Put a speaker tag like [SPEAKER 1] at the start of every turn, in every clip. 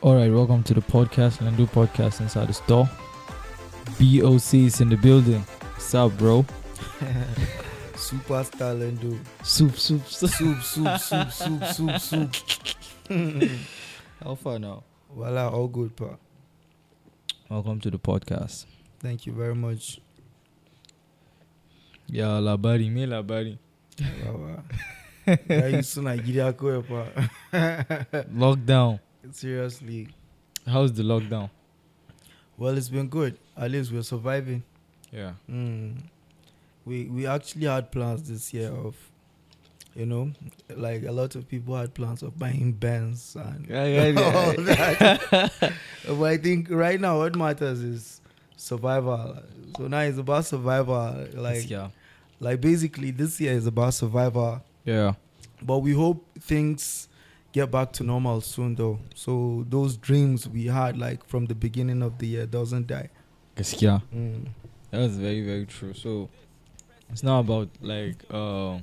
[SPEAKER 1] All right, welcome to the podcast, Landu Podcast Inside the Store. BOC is in the building. What's up, bro?
[SPEAKER 2] Superstar Lendo.
[SPEAKER 1] Soup, soup, soup.
[SPEAKER 2] Soup, soup, soup, soup, soup, soup.
[SPEAKER 1] How far now?
[SPEAKER 2] Voila, all good, pa.
[SPEAKER 1] Welcome to the podcast.
[SPEAKER 2] Thank you very much.
[SPEAKER 1] Yeah, labari, me labari.
[SPEAKER 2] Wawa. Yeah, you soon I get that call,
[SPEAKER 1] Eh.
[SPEAKER 2] pa.
[SPEAKER 1] Lockdown.
[SPEAKER 2] Seriously.
[SPEAKER 1] How's the lockdown?
[SPEAKER 2] Well, it's been good. At least we're surviving.
[SPEAKER 1] Yeah.
[SPEAKER 2] Mm. We we actually had plans this year of, you know, like a lot of people had plans of buying bands and
[SPEAKER 1] Yeah, yeah, yeah.
[SPEAKER 2] all that. but I think right now what matters is survival. So now it's about survival. Like
[SPEAKER 1] yeah.
[SPEAKER 2] like basically this year is about survival.
[SPEAKER 1] Yeah.
[SPEAKER 2] But we hope things get back to normal soon though. So those dreams we had like from the beginning of the year doesn't die.
[SPEAKER 1] Gaskiya. That's very, very true. So it's not about like uh,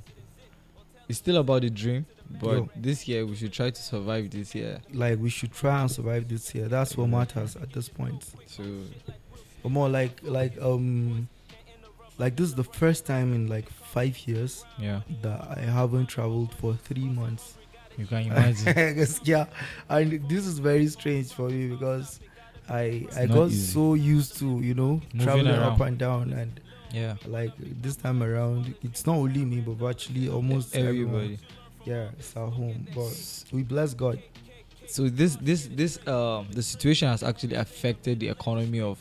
[SPEAKER 1] it's still about the dream, but
[SPEAKER 2] Yo.
[SPEAKER 1] this year we should try to survive this year.
[SPEAKER 2] like we should try and survive this year. That's what matters at this point.
[SPEAKER 1] So
[SPEAKER 2] Or more like like um like this is the first time in like five years
[SPEAKER 1] yeah,
[SPEAKER 2] that I haven't traveled for three months.
[SPEAKER 1] you can imagine.
[SPEAKER 2] Yes, yeah, and this is very strange for me because I I
[SPEAKER 1] not
[SPEAKER 2] got
[SPEAKER 1] easy.
[SPEAKER 2] so used to you know
[SPEAKER 1] Moving
[SPEAKER 2] traveling up
[SPEAKER 1] around.
[SPEAKER 2] and down and
[SPEAKER 1] yeah,
[SPEAKER 2] like this time around it's not only me but actually almost everyone.
[SPEAKER 1] E-, everybody.
[SPEAKER 2] Yeah, it's our home, but we bless God.
[SPEAKER 1] So this this this um the situation has actually affected the economy of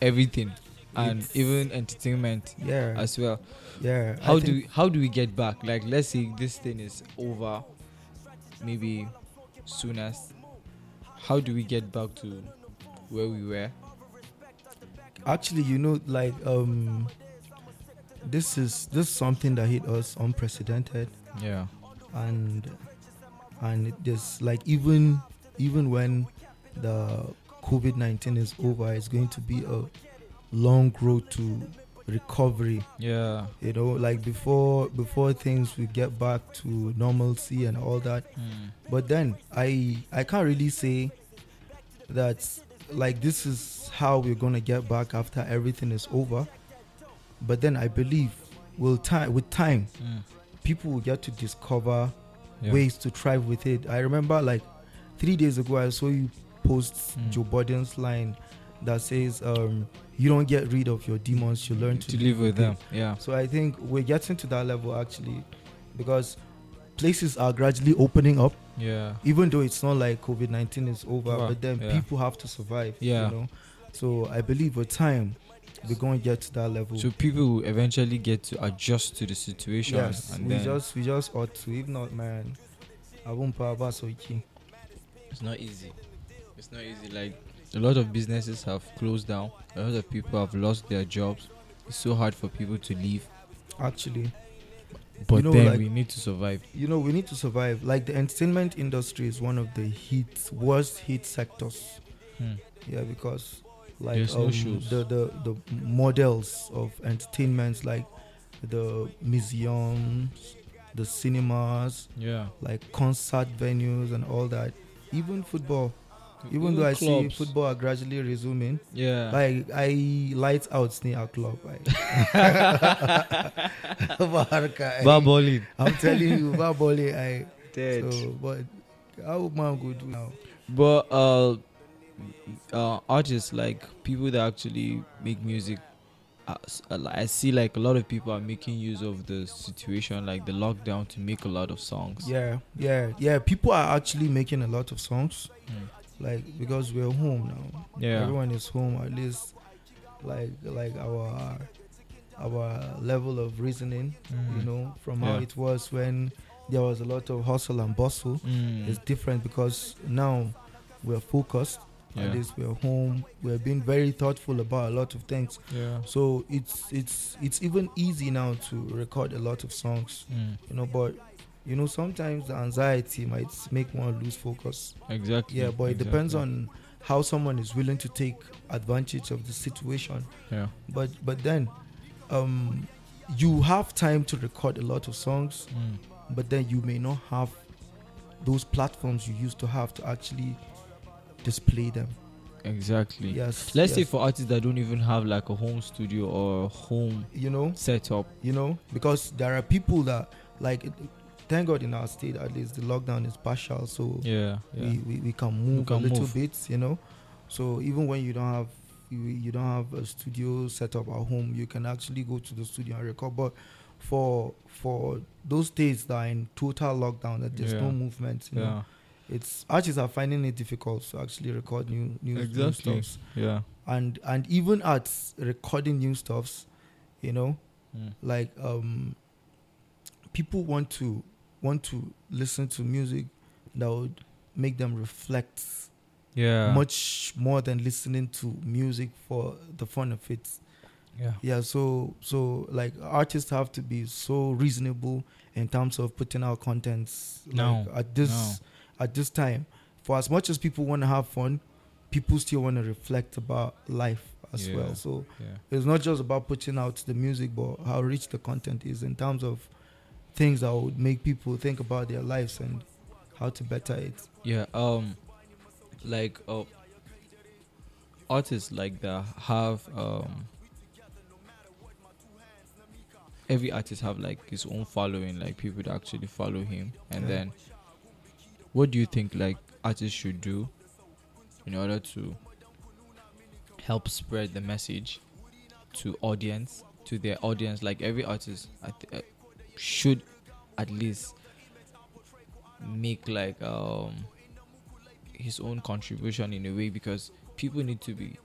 [SPEAKER 1] everything and
[SPEAKER 2] It's-
[SPEAKER 1] even entertainment
[SPEAKER 2] Yeah,
[SPEAKER 1] as well.
[SPEAKER 2] yeah. I
[SPEAKER 1] How
[SPEAKER 2] think-
[SPEAKER 1] do we, how do we get back? Like let's say this thing is over, maybe soonest. How do we get back to where we were?
[SPEAKER 2] actually you know like um this is this is something that hit us unprecedented
[SPEAKER 1] Yeah.
[SPEAKER 2] and and it- there's like even even when the covid-19 is over it's going to be a long road to recovery
[SPEAKER 1] Yeah.
[SPEAKER 2] you know like before before things will get back to normalcy and all that but then i i can't really say that like this is how we're gonna get back after everything is over but then i believe will time with time people will get to discover ways to thrive with it i remember like three days ago i saw you post
[SPEAKER 1] Mm.
[SPEAKER 2] joe biden's line that says um you don't get rid of your demons you learn to,
[SPEAKER 1] to live with them.
[SPEAKER 2] them.
[SPEAKER 1] Yeah.
[SPEAKER 2] so i think we're getting to that level actually because places are gradually opening up
[SPEAKER 1] Yeah.
[SPEAKER 2] even though it's not like COVID nineteen is over,
[SPEAKER 1] Over,
[SPEAKER 2] but then
[SPEAKER 1] yeah.
[SPEAKER 2] people have to survive.
[SPEAKER 1] Yeah.
[SPEAKER 2] You know? So I believe with time we're gonna get to that level.
[SPEAKER 1] So people will eventually get to adjust to the situation.
[SPEAKER 2] yes.
[SPEAKER 1] and
[SPEAKER 2] We
[SPEAKER 1] then
[SPEAKER 2] just we just ought to. If not, man, I won't power back so key.
[SPEAKER 1] it's not easy. It's not easy. Like a lot of businesses have closed down. A lot of people have lost their jobs. It's so hard for people to leave.
[SPEAKER 2] Actually.
[SPEAKER 1] But
[SPEAKER 2] know,
[SPEAKER 1] then
[SPEAKER 2] like-
[SPEAKER 1] we need to survive.
[SPEAKER 2] You know, we need to survive. Like the entertainment industry is one of the hit worst hit sectors.
[SPEAKER 1] Hmm.
[SPEAKER 2] Yeah, because like
[SPEAKER 1] There's no
[SPEAKER 2] um,
[SPEAKER 1] shows.
[SPEAKER 2] the, the the models of entertainments like the museums, the cinemas,
[SPEAKER 1] Yeah.
[SPEAKER 2] like concert venues and all that. Even football, even though I see football are gradually resuming,
[SPEAKER 1] Yeah.
[SPEAKER 2] like I light out near our club. I, Barca, I,
[SPEAKER 1] Baboli.
[SPEAKER 2] I'm telling you, Baboli, I. So, but how man go do now?
[SPEAKER 1] But uh, uh, artists like people that actually make music, I, s- I li- I see like a lot of people are making use of the situation, like the lockdown, to make a lot of songs.
[SPEAKER 2] Yeah, yeah, yeah. People are actually making a lot of songs,
[SPEAKER 1] Mm.
[SPEAKER 2] like because we're home now.
[SPEAKER 1] Yeah.
[SPEAKER 2] everyone is home. At least, like like our our level of reasoning
[SPEAKER 1] Mm.
[SPEAKER 2] you know, from how
[SPEAKER 1] Yeah.
[SPEAKER 2] it was when there was a lot of hustle and bustle.
[SPEAKER 1] Mm.
[SPEAKER 2] It's different because now we're focused. At
[SPEAKER 1] yeah.
[SPEAKER 2] least we're home. We're being very thoughtful about a lot of things.
[SPEAKER 1] yeah.
[SPEAKER 2] So it's it's it's even easy now to record a lot of songs,
[SPEAKER 1] Mm.
[SPEAKER 2] you know. But you know, sometimes the anxiety might make one lose focus.
[SPEAKER 1] Exactly.
[SPEAKER 2] Yeah, but it depends
[SPEAKER 1] exactly.
[SPEAKER 2] on how someone is willing to take advantage of the situation
[SPEAKER 1] Yeah.
[SPEAKER 2] but but then um you have time to record a lot of songs
[SPEAKER 1] Mm.
[SPEAKER 2] but then you may not have those platforms you used to have to actually display them.
[SPEAKER 1] Exactly.
[SPEAKER 2] Yes.
[SPEAKER 1] Let's say
[SPEAKER 2] yes.
[SPEAKER 1] for artists that don't even have like a home studio or home
[SPEAKER 2] you know,
[SPEAKER 1] setup.
[SPEAKER 2] you know, because there are people that like. it- Thank God in our state, at least the lockdown is partial, so
[SPEAKER 1] Yeah.
[SPEAKER 2] we,
[SPEAKER 1] Yeah.
[SPEAKER 2] we, we can move
[SPEAKER 1] can
[SPEAKER 2] a little
[SPEAKER 1] move.
[SPEAKER 2] bit, you know. So even when you don't have you, you don't have a studio set up at home, you can actually go to the studio and record. But for for those states that are in total lockdown, that there's
[SPEAKER 1] Yeah.
[SPEAKER 2] no movement, you know,
[SPEAKER 1] Yeah.
[SPEAKER 2] it's artists are finding it difficult to actually record new new,
[SPEAKER 1] Exactly.
[SPEAKER 2] new stuffs.
[SPEAKER 1] Yeah.
[SPEAKER 2] And and even at recording new stuffs, you know,
[SPEAKER 1] Mm.
[SPEAKER 2] like um people want to want to listen to music that would make them reflect
[SPEAKER 1] Yeah. Mm.
[SPEAKER 2] much more than listening to music for the fun of it
[SPEAKER 1] Yeah.
[SPEAKER 2] yeah so so like artists have to be so reasonable in terms of putting out contents
[SPEAKER 1] No,
[SPEAKER 2] like, at this at this time for as much as people want to have fun people still want to reflect about life as
[SPEAKER 1] Yeah.
[SPEAKER 2] well so
[SPEAKER 1] Yeah.
[SPEAKER 2] it's not just about putting out the music but how rich the content is in terms of things that would make people think about their lives and how to better it
[SPEAKER 1] Yeah, um, like uh, artists like that have um, every artist have like his own following, like people that actually follow him. And
[SPEAKER 2] Yeah.
[SPEAKER 1] then, what do you think like artists should do in order to help spread the message to audience to their audience? Like every artist, I th- uh, should at least make like um his own contribution in a way because people need to be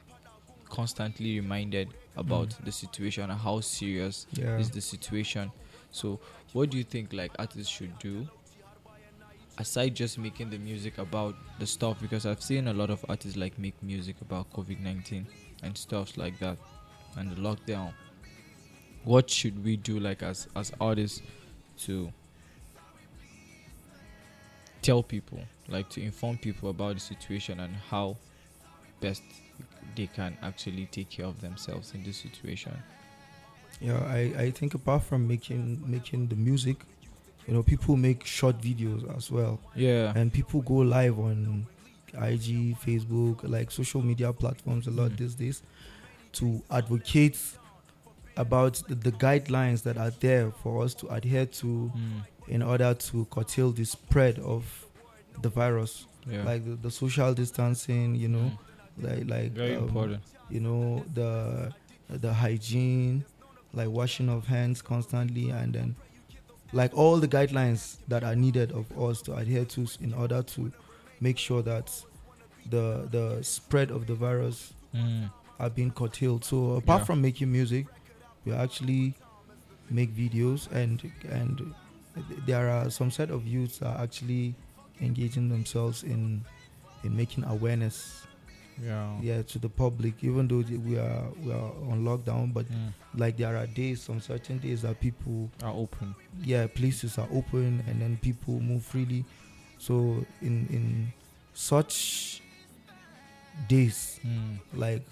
[SPEAKER 1] constantly reminded about the situation and how serious
[SPEAKER 2] yeah
[SPEAKER 1] is the situation. So, what do you think like artists should do aside just making the music about the stuff? Because I've seen a lot of artists like make music about COVID nineteen and stuffs like that and the lockdown. What should we do like as as artists to tell people, like to inform people about the situation and how best they can actually take care of themselves in this situation.
[SPEAKER 2] yeah I, I think apart from making making the music you know people make short videos as well
[SPEAKER 1] Yeah.
[SPEAKER 2] and people go live on ig facebook like social media platforms a lot
[SPEAKER 1] Mm.
[SPEAKER 2] these days to advocate about the, the guidelines that are there for us to adhere to
[SPEAKER 1] Mm.
[SPEAKER 2] in order to curtail the spread of the virus,
[SPEAKER 1] Yeah.
[SPEAKER 2] like the, the social distancing, you know,
[SPEAKER 1] Mm.
[SPEAKER 2] like like
[SPEAKER 1] very
[SPEAKER 2] um,
[SPEAKER 1] important.
[SPEAKER 2] you know the the hygiene, like washing of hands constantly, and then like all the guidelines that are needed of us to adhere to in order to make sure that the the spread of the virus
[SPEAKER 1] Mm.
[SPEAKER 2] are being curtailed. So apart
[SPEAKER 1] Yeah.
[SPEAKER 2] from making music, we actually make videos and and there are some set of youths that are actually engaging themselves in in making awareness
[SPEAKER 1] Yeah.
[SPEAKER 2] yeah to the public even though the- we are we are on lockdown but
[SPEAKER 1] Mm.
[SPEAKER 2] like there are days some certain days that people
[SPEAKER 1] Are open.
[SPEAKER 2] yeah places are open and then people move freely so in in such days
[SPEAKER 1] Mm.
[SPEAKER 2] like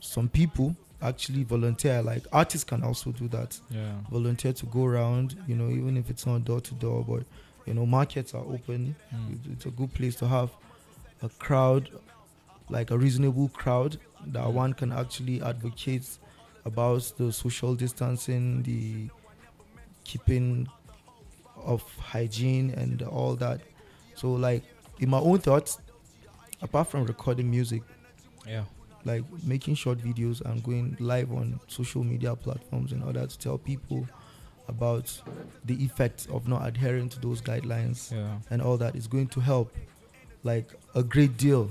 [SPEAKER 2] some people actually volunteer like artists can also do that
[SPEAKER 1] Yeah.
[SPEAKER 2] volunteer to go around you know even if it's not door to door but you know markets are open
[SPEAKER 1] Mm.
[SPEAKER 2] It- it's a good place to have a crowd like a reasonable crowd that one can actually advocate about the social distancing the keeping of hygiene and all that so like in my own thoughts apart from recording music
[SPEAKER 1] Yeah.
[SPEAKER 2] like making short videos and going live on social media platforms in order to tell people about the effects of not adhering to those guidelines
[SPEAKER 1] Yeah.
[SPEAKER 2] and all that is going to help like a great deal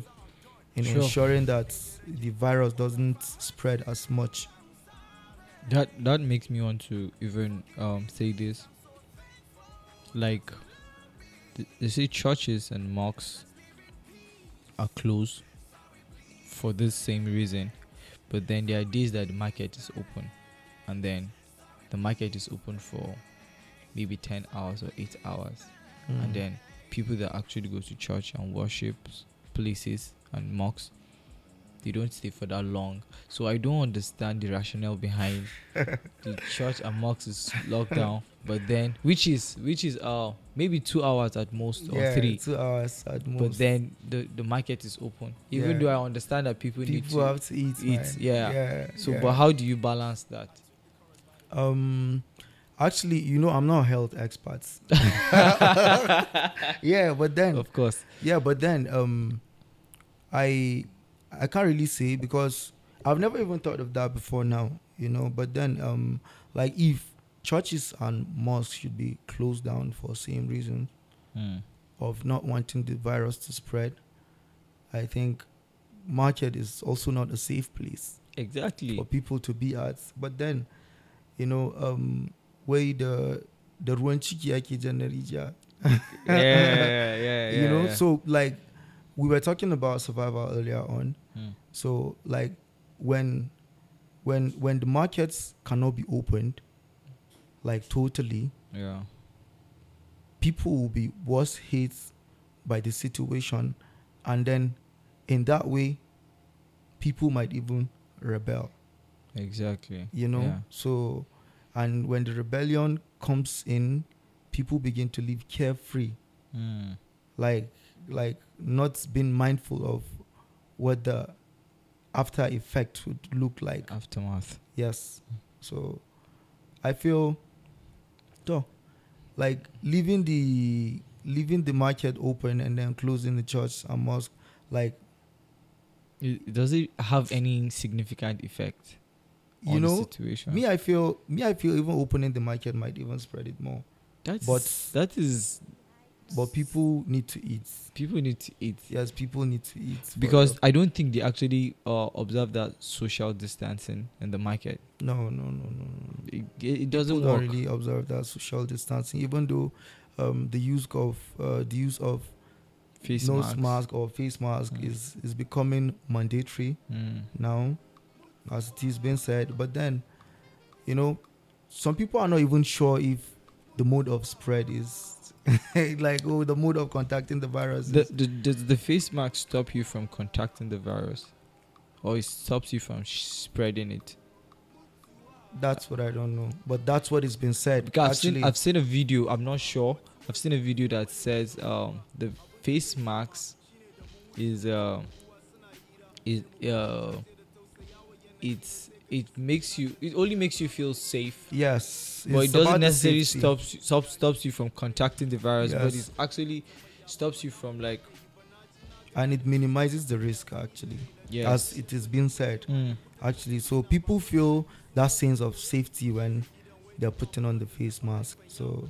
[SPEAKER 2] in
[SPEAKER 1] Sure.
[SPEAKER 2] ensuring that the virus doesn't spread as much
[SPEAKER 1] That that makes me want to even um say this. Like th- they say churches and mosques are closed for this same reason. But then there are days that the market is open and then the market is open for maybe ten hours or eight hours.
[SPEAKER 2] Hmm.
[SPEAKER 1] and then people that actually go to church and worship places and mosques they don't stay for that long. So I don't understand the rationale behind the church amongst its lockdown. But then, which is which is uh maybe two hours at most or
[SPEAKER 2] yeah,
[SPEAKER 1] three.
[SPEAKER 2] two hours at most.
[SPEAKER 1] But then the the market is open. Even
[SPEAKER 2] Yeah.
[SPEAKER 1] though I understand that people, need
[SPEAKER 2] people
[SPEAKER 1] to
[SPEAKER 2] have to eat.
[SPEAKER 1] eat,
[SPEAKER 2] man.
[SPEAKER 1] yeah.
[SPEAKER 2] yeah.
[SPEAKER 1] So,
[SPEAKER 2] yeah.
[SPEAKER 1] but how do you balance that?
[SPEAKER 2] Um, actually, you know, I'm not a health expert. yeah, but then,
[SPEAKER 1] Of course.
[SPEAKER 2] yeah, but then, um, I, I can't really say because I've never even thought of that before now. You know, but then, um, like if churches and mosques should be closed down for same reason
[SPEAKER 1] Hmm.
[SPEAKER 2] of not wanting the virus to spread, I think market is also not a safe place
[SPEAKER 1] Exactly.
[SPEAKER 2] for people to be at. But then, you know, um, where the the ruwan ciki yake jan na rijiya.
[SPEAKER 1] yeah, yeah, yeah,
[SPEAKER 2] you know, so like we were talking about survival earlier on.
[SPEAKER 1] Mm.
[SPEAKER 2] So like when when when the markets cannot be opened, like totally,
[SPEAKER 1] yeah.
[SPEAKER 2] people will be worse hit by the situation, and then in that way, people might even rebel.
[SPEAKER 1] Exactly.
[SPEAKER 2] you know
[SPEAKER 1] Yeah.
[SPEAKER 2] so and when the rebellion comes in people begin to live carefree
[SPEAKER 1] Mm.
[SPEAKER 2] like like not being mindful of what the after effect would look like
[SPEAKER 1] Aftermath.
[SPEAKER 2] yes so i feel though like leaving the leaving the market open and then closing the church and mosque like
[SPEAKER 1] It- Does it have any significant effect
[SPEAKER 2] you
[SPEAKER 1] on the
[SPEAKER 2] know
[SPEAKER 1] situation?
[SPEAKER 2] me i feel me i feel even opening the market might even spread it more
[SPEAKER 1] That's,
[SPEAKER 2] but-
[SPEAKER 1] that is
[SPEAKER 2] but people need to eat
[SPEAKER 1] people need to eat
[SPEAKER 2] Yes, people need to eat for
[SPEAKER 1] because
[SPEAKER 2] real.
[SPEAKER 1] I don't think they actually uh, observe that social distancing in the market.
[SPEAKER 2] no, no, no, no, no.
[SPEAKER 1] It, it it doesn't
[SPEAKER 2] People don't
[SPEAKER 1] work.
[SPEAKER 2] really observe that social distancing, even though um, the use of uh, the use of
[SPEAKER 1] Face
[SPEAKER 2] nose
[SPEAKER 1] masks.
[SPEAKER 2] mask or face mask
[SPEAKER 1] Mm.
[SPEAKER 2] is is becoming mandatory
[SPEAKER 1] Mm.
[SPEAKER 2] now, as it is being said. But then, you know, some people are not even sure if the mode of spread is like oh the mode of contacting the virus.
[SPEAKER 1] The,
[SPEAKER 2] is-
[SPEAKER 1] the, does the face mask stop you from contacting the virus, or it stops you from sh- spreading it?
[SPEAKER 2] that's what I don't know, but that's what has been said.
[SPEAKER 1] Because I've
[SPEAKER 2] actually,
[SPEAKER 1] seen, I've seen a video. I'm not sure. I've seen a video that says um, the face mask is uh, is uh, it's it makes you it only makes you feel safe.
[SPEAKER 2] yes,
[SPEAKER 1] but it
[SPEAKER 2] it's
[SPEAKER 1] doesn't
[SPEAKER 2] about the
[SPEAKER 1] necessarily
[SPEAKER 2] safety.
[SPEAKER 1] stops stop, stops you from contacting the virus, but
[SPEAKER 2] Yes.
[SPEAKER 1] it actually stops you from like
[SPEAKER 2] and it minimizes the risk actually
[SPEAKER 1] yes.
[SPEAKER 2] as it is being said
[SPEAKER 1] Mm.
[SPEAKER 2] actually so people feel that sense of safety when they're putting on the face mask so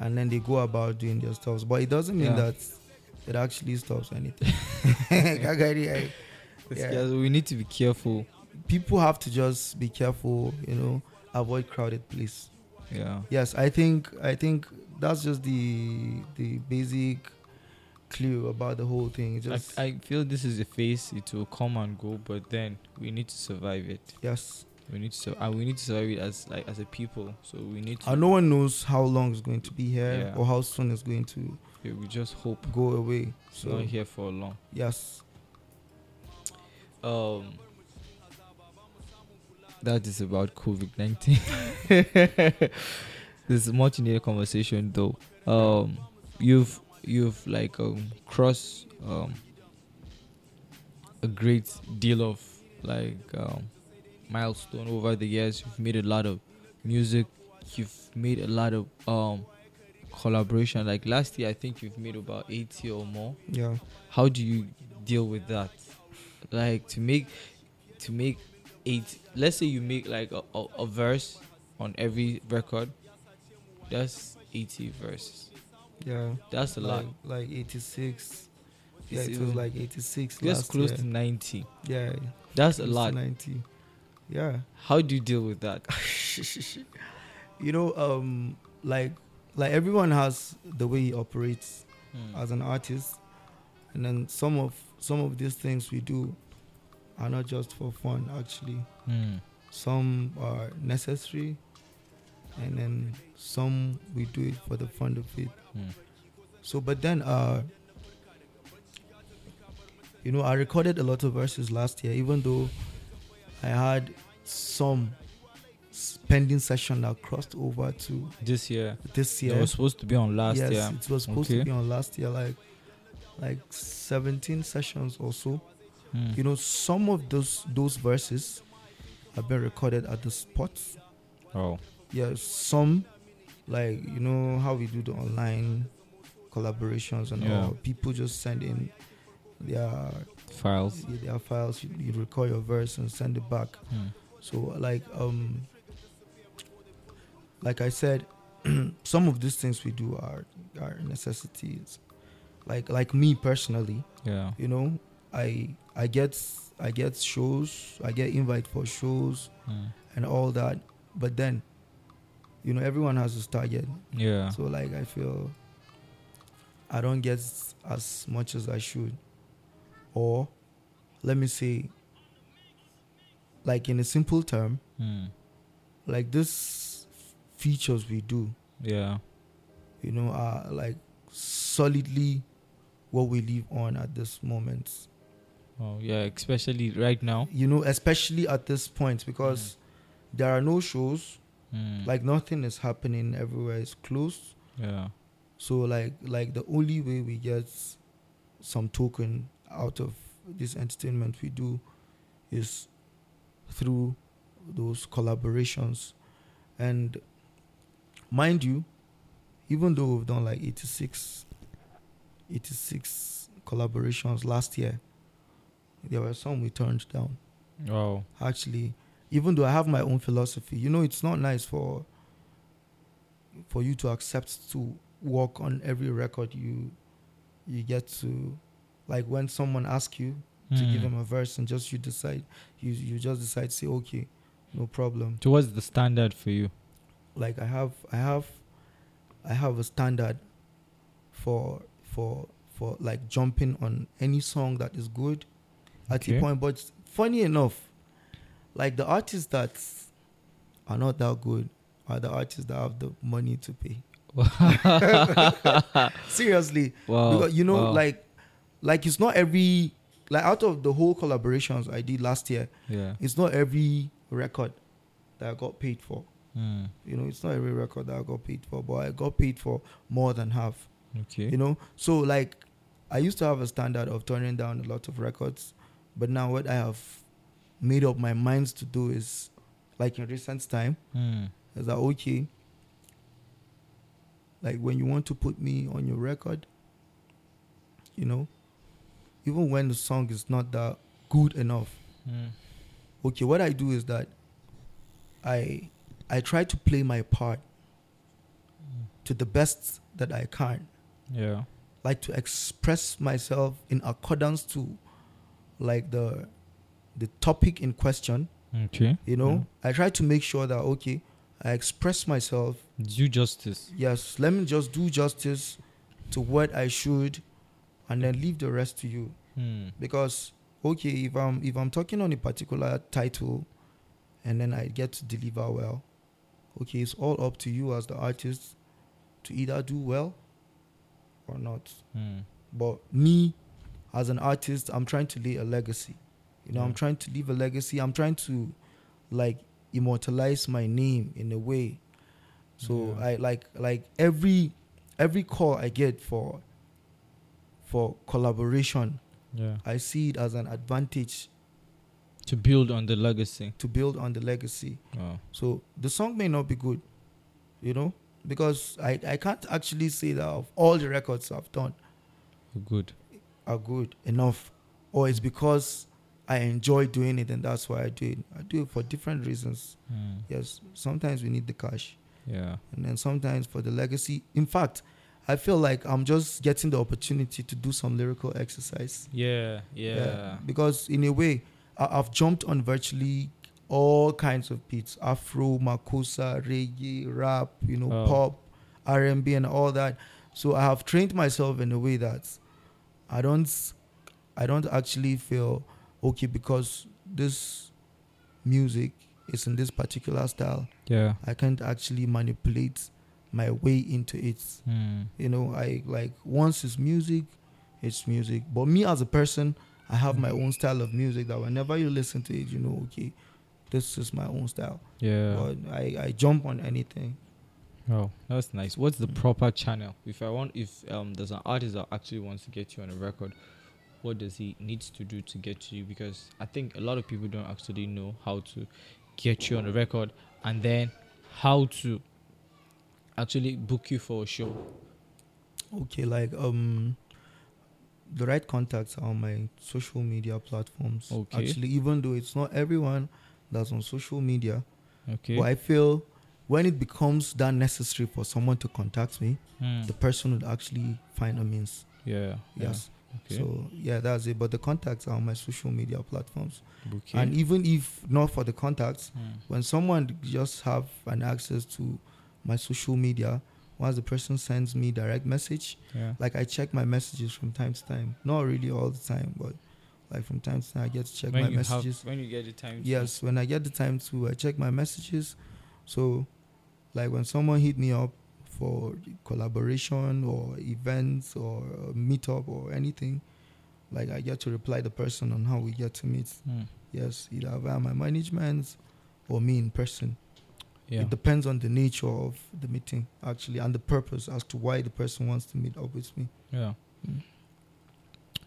[SPEAKER 2] and then they go about doing their stuffs but it doesn't mean
[SPEAKER 1] Yeah.
[SPEAKER 2] that it actually stops anything Kakari, I- Yeah.
[SPEAKER 1] Yeah, so we need to be careful.
[SPEAKER 2] people have to just be careful you know avoid crowded place
[SPEAKER 1] Yeah.
[SPEAKER 2] yes i think i think that's just the the basic clue about the whole thing It's just
[SPEAKER 1] I, I feel this is a phase. It will come and go, but then we need to survive it.
[SPEAKER 2] yes
[SPEAKER 1] We need to sur- and we need to survive it as like as a people. So we need to.
[SPEAKER 2] and no one knows how long it's going to be here
[SPEAKER 1] Yeah.
[SPEAKER 2] or how soon it's going to
[SPEAKER 1] we- We just hope
[SPEAKER 2] go away.
[SPEAKER 1] it's not
[SPEAKER 2] So
[SPEAKER 1] here for long.
[SPEAKER 2] yes,
[SPEAKER 1] Um. That is about COVID nineteen. this is much needed conversation though. Um, you've you've like um crossed um a great deal of like um milestone over the years. You've made a lot of music. You've made a lot of um collaboration. Like last year, I think you've made about eighty or more
[SPEAKER 2] yeah,
[SPEAKER 1] how do you deal with that like to make to make eight let's say you make like a, a, a verse on every record that's 80 verses
[SPEAKER 2] yeah.
[SPEAKER 1] that's a lot
[SPEAKER 2] like, like eighty six. Yeah,
[SPEAKER 1] It's
[SPEAKER 2] it was
[SPEAKER 1] even-
[SPEAKER 2] like eighty six.
[SPEAKER 1] just close to 90
[SPEAKER 2] yeah,
[SPEAKER 1] that's a
[SPEAKER 2] close to
[SPEAKER 1] lot
[SPEAKER 2] Ninety. Yeah.
[SPEAKER 1] how do you deal with that
[SPEAKER 2] you know, um, like like everyone has the way he operates Mm. as an artist, and then some of some of these things we do are not just for fun. Actually,
[SPEAKER 1] Mm.
[SPEAKER 2] some are necessary, and then some we do it for the
[SPEAKER 1] Hmm.
[SPEAKER 2] fun of it.
[SPEAKER 1] Mm.
[SPEAKER 2] So, but then, uh, You know, I recorded a lot of verses last year, even though I had some s- pending session that crossed over to
[SPEAKER 1] This year.
[SPEAKER 2] this
[SPEAKER 1] It
[SPEAKER 2] year.
[SPEAKER 1] was supposed to be on last
[SPEAKER 2] yes,
[SPEAKER 1] year.
[SPEAKER 2] it was supposed
[SPEAKER 1] Okay.
[SPEAKER 2] to be on last year, like like 17 sessions or so.
[SPEAKER 1] Mm.
[SPEAKER 2] You know, some of those those verses have been recorded at the spot
[SPEAKER 1] Oh.
[SPEAKER 2] yeah some like you know how we do the online collaborations and
[SPEAKER 1] Yeah.
[SPEAKER 2] all people just send in their
[SPEAKER 1] Files.
[SPEAKER 2] their files you, you record your verse and send it back
[SPEAKER 1] Mm.
[SPEAKER 2] so like um like i said some of these things we do are are necessities like like me personally
[SPEAKER 1] Yeah.
[SPEAKER 2] you know i i get i get shows i get invite for shows
[SPEAKER 1] Mm.
[SPEAKER 2] and all that. But then, you know, everyone has his target.
[SPEAKER 1] Yeah.
[SPEAKER 2] So like, I feel I don't get as much as I should, or let me say, like in a simple term,
[SPEAKER 1] Mm.
[SPEAKER 2] like this features we do,
[SPEAKER 1] Yeah.
[SPEAKER 2] you know, are like solidly what we live on at this moment.
[SPEAKER 1] Oh yeah. Especially right now.
[SPEAKER 2] You know, especially at this point because there are no shows,
[SPEAKER 1] Mm.
[SPEAKER 2] like nothing is happening everywhere. It's closed.
[SPEAKER 1] Yeah.
[SPEAKER 2] So like like the only way we get some token out of this entertainment we do is through those collaborations. And mind you, even though we've done like 86, 86 collaborations last year, there were some we turned down.
[SPEAKER 1] Oh.
[SPEAKER 2] Actually, even though I have my own philosophy, you know, it's not nice for for you to accept to work on every record you you get to like when someone asks you to give
[SPEAKER 1] Mm.
[SPEAKER 2] them a verse and just you decide you you just decide say okay no problem
[SPEAKER 1] So what's the standard for you?
[SPEAKER 2] like i have i have i have a standard for for for like jumping on any song that is good at
[SPEAKER 1] Okay.
[SPEAKER 2] a point but funny enough like the artists that are not that good are the artists that have the money to pay seriously
[SPEAKER 1] Wow.
[SPEAKER 2] because you know
[SPEAKER 1] wow.
[SPEAKER 2] like like it's not every like out of the whole collaborations i did last year
[SPEAKER 1] Yeah.
[SPEAKER 2] it's not every record that i got paid for
[SPEAKER 1] Mm.
[SPEAKER 2] you know it's not every record that i got paid for but i got paid for more than half
[SPEAKER 1] Okay.
[SPEAKER 2] you know so like i used to have a standard of turning down a lot of records but now what i have made up my minds to do is like in recent time
[SPEAKER 1] Mm.
[SPEAKER 2] is that okay like when you want to put me on your record you know even when the song is not that good enough
[SPEAKER 1] Mm.
[SPEAKER 2] okay what i do is that i i try to play my part to the best that i can
[SPEAKER 1] Yeah.
[SPEAKER 2] like to express myself in accordance to like the the topic in question
[SPEAKER 1] Okay.
[SPEAKER 2] you know i try to make sure that okay i express myself
[SPEAKER 1] Hmm. Do justice.
[SPEAKER 2] yes let me just do justice to what i should and then leave the rest to you
[SPEAKER 1] Mm.
[SPEAKER 2] because okay if i'm if i'm talking on a particular title and then i get to deliver well okay it's all up to you as the artist to either do well or not
[SPEAKER 1] Mm.
[SPEAKER 2] but me as an artist i'm trying to lay a legacy you know i'm
[SPEAKER 1] Yeah.
[SPEAKER 2] trying to leave a legacy i'm trying to like immortalize my name in a way so
[SPEAKER 1] Yeah.
[SPEAKER 2] i like like every every call i get for for collaboration
[SPEAKER 1] Yeah.
[SPEAKER 2] i see it as an advantage
[SPEAKER 1] To build on the legacy.
[SPEAKER 2] to build on the legacy
[SPEAKER 1] Oh.
[SPEAKER 2] so the song may not be good you know because i i can't actually say that of all the records i've done
[SPEAKER 1] Good.
[SPEAKER 2] are good enough, or it's because I enjoy doing it and that's why I do it. I do it for different reasons.
[SPEAKER 1] Mm.
[SPEAKER 2] Yes, sometimes we need the cash,
[SPEAKER 1] Yeah.
[SPEAKER 2] and then sometimes for the legacy. In fact, I feel like I'm just getting the opportunity to do some lyrical exercise.
[SPEAKER 1] Yeah. Yeah.
[SPEAKER 2] Because in a way, I- I've jumped on virtually all kinds of beats: Afro, Makosa, reggae, rap, you know,
[SPEAKER 1] Oh.
[SPEAKER 2] pop, R&B, and all that. So I have trained myself in a way that I don't, I don't actually feel okay because this music is in this particular style.
[SPEAKER 1] Yeah.
[SPEAKER 2] I can't actually manipulate my way into it
[SPEAKER 1] Mm.
[SPEAKER 2] you know i like once it's music it's music but me as a person I have my own style of music that whenever you listen to it, you know, okay, this is my own style.
[SPEAKER 1] Yeah.
[SPEAKER 2] But I, I jump on anything.
[SPEAKER 1] Oh, that's nice. What's the proper channel? If I want, if um, there's an artist that actually wants to get you on a record, what does he needs to do to get you? Because I think a lot of people don't actually know how to get you on a record, and then how to actually book you for a show.
[SPEAKER 2] Okay, like um the right contacts are on my social media platforms.
[SPEAKER 1] Okay.
[SPEAKER 2] Actually, even though it's not everyone that's on social media,
[SPEAKER 1] Okay.
[SPEAKER 2] but I feel when it becomes that necessary for someone to contact me,
[SPEAKER 1] Mm.
[SPEAKER 2] the person would actually find a means.
[SPEAKER 1] Yeah.
[SPEAKER 2] Yes.
[SPEAKER 1] Okay.
[SPEAKER 2] So yeah, that's it. But the contacts are on my social media platforms.
[SPEAKER 1] Okay.
[SPEAKER 2] And even if not for the contacts,
[SPEAKER 1] Mm.
[SPEAKER 2] when someone just have an access to my social media, once the person sends me direct message,
[SPEAKER 1] Yeah.
[SPEAKER 2] like I check my messages from time to time. Not really all the time, but like from time to time I get to check
[SPEAKER 1] when
[SPEAKER 2] my
[SPEAKER 1] you
[SPEAKER 2] messages.
[SPEAKER 1] have, when you get the time. to-
[SPEAKER 2] yes, when I get the time to I check my messages. So like when someone hit me up for collaboration or events or a meetup or anything, like I get to reply the person on how we get to meet.
[SPEAKER 1] Mm.
[SPEAKER 2] Yes, either via my management or me in person.
[SPEAKER 1] Yeah.
[SPEAKER 2] It depends on the nature of the meeting actually and the purpose as to why the person wants to meet up with me.
[SPEAKER 1] Yeah.
[SPEAKER 2] Mm.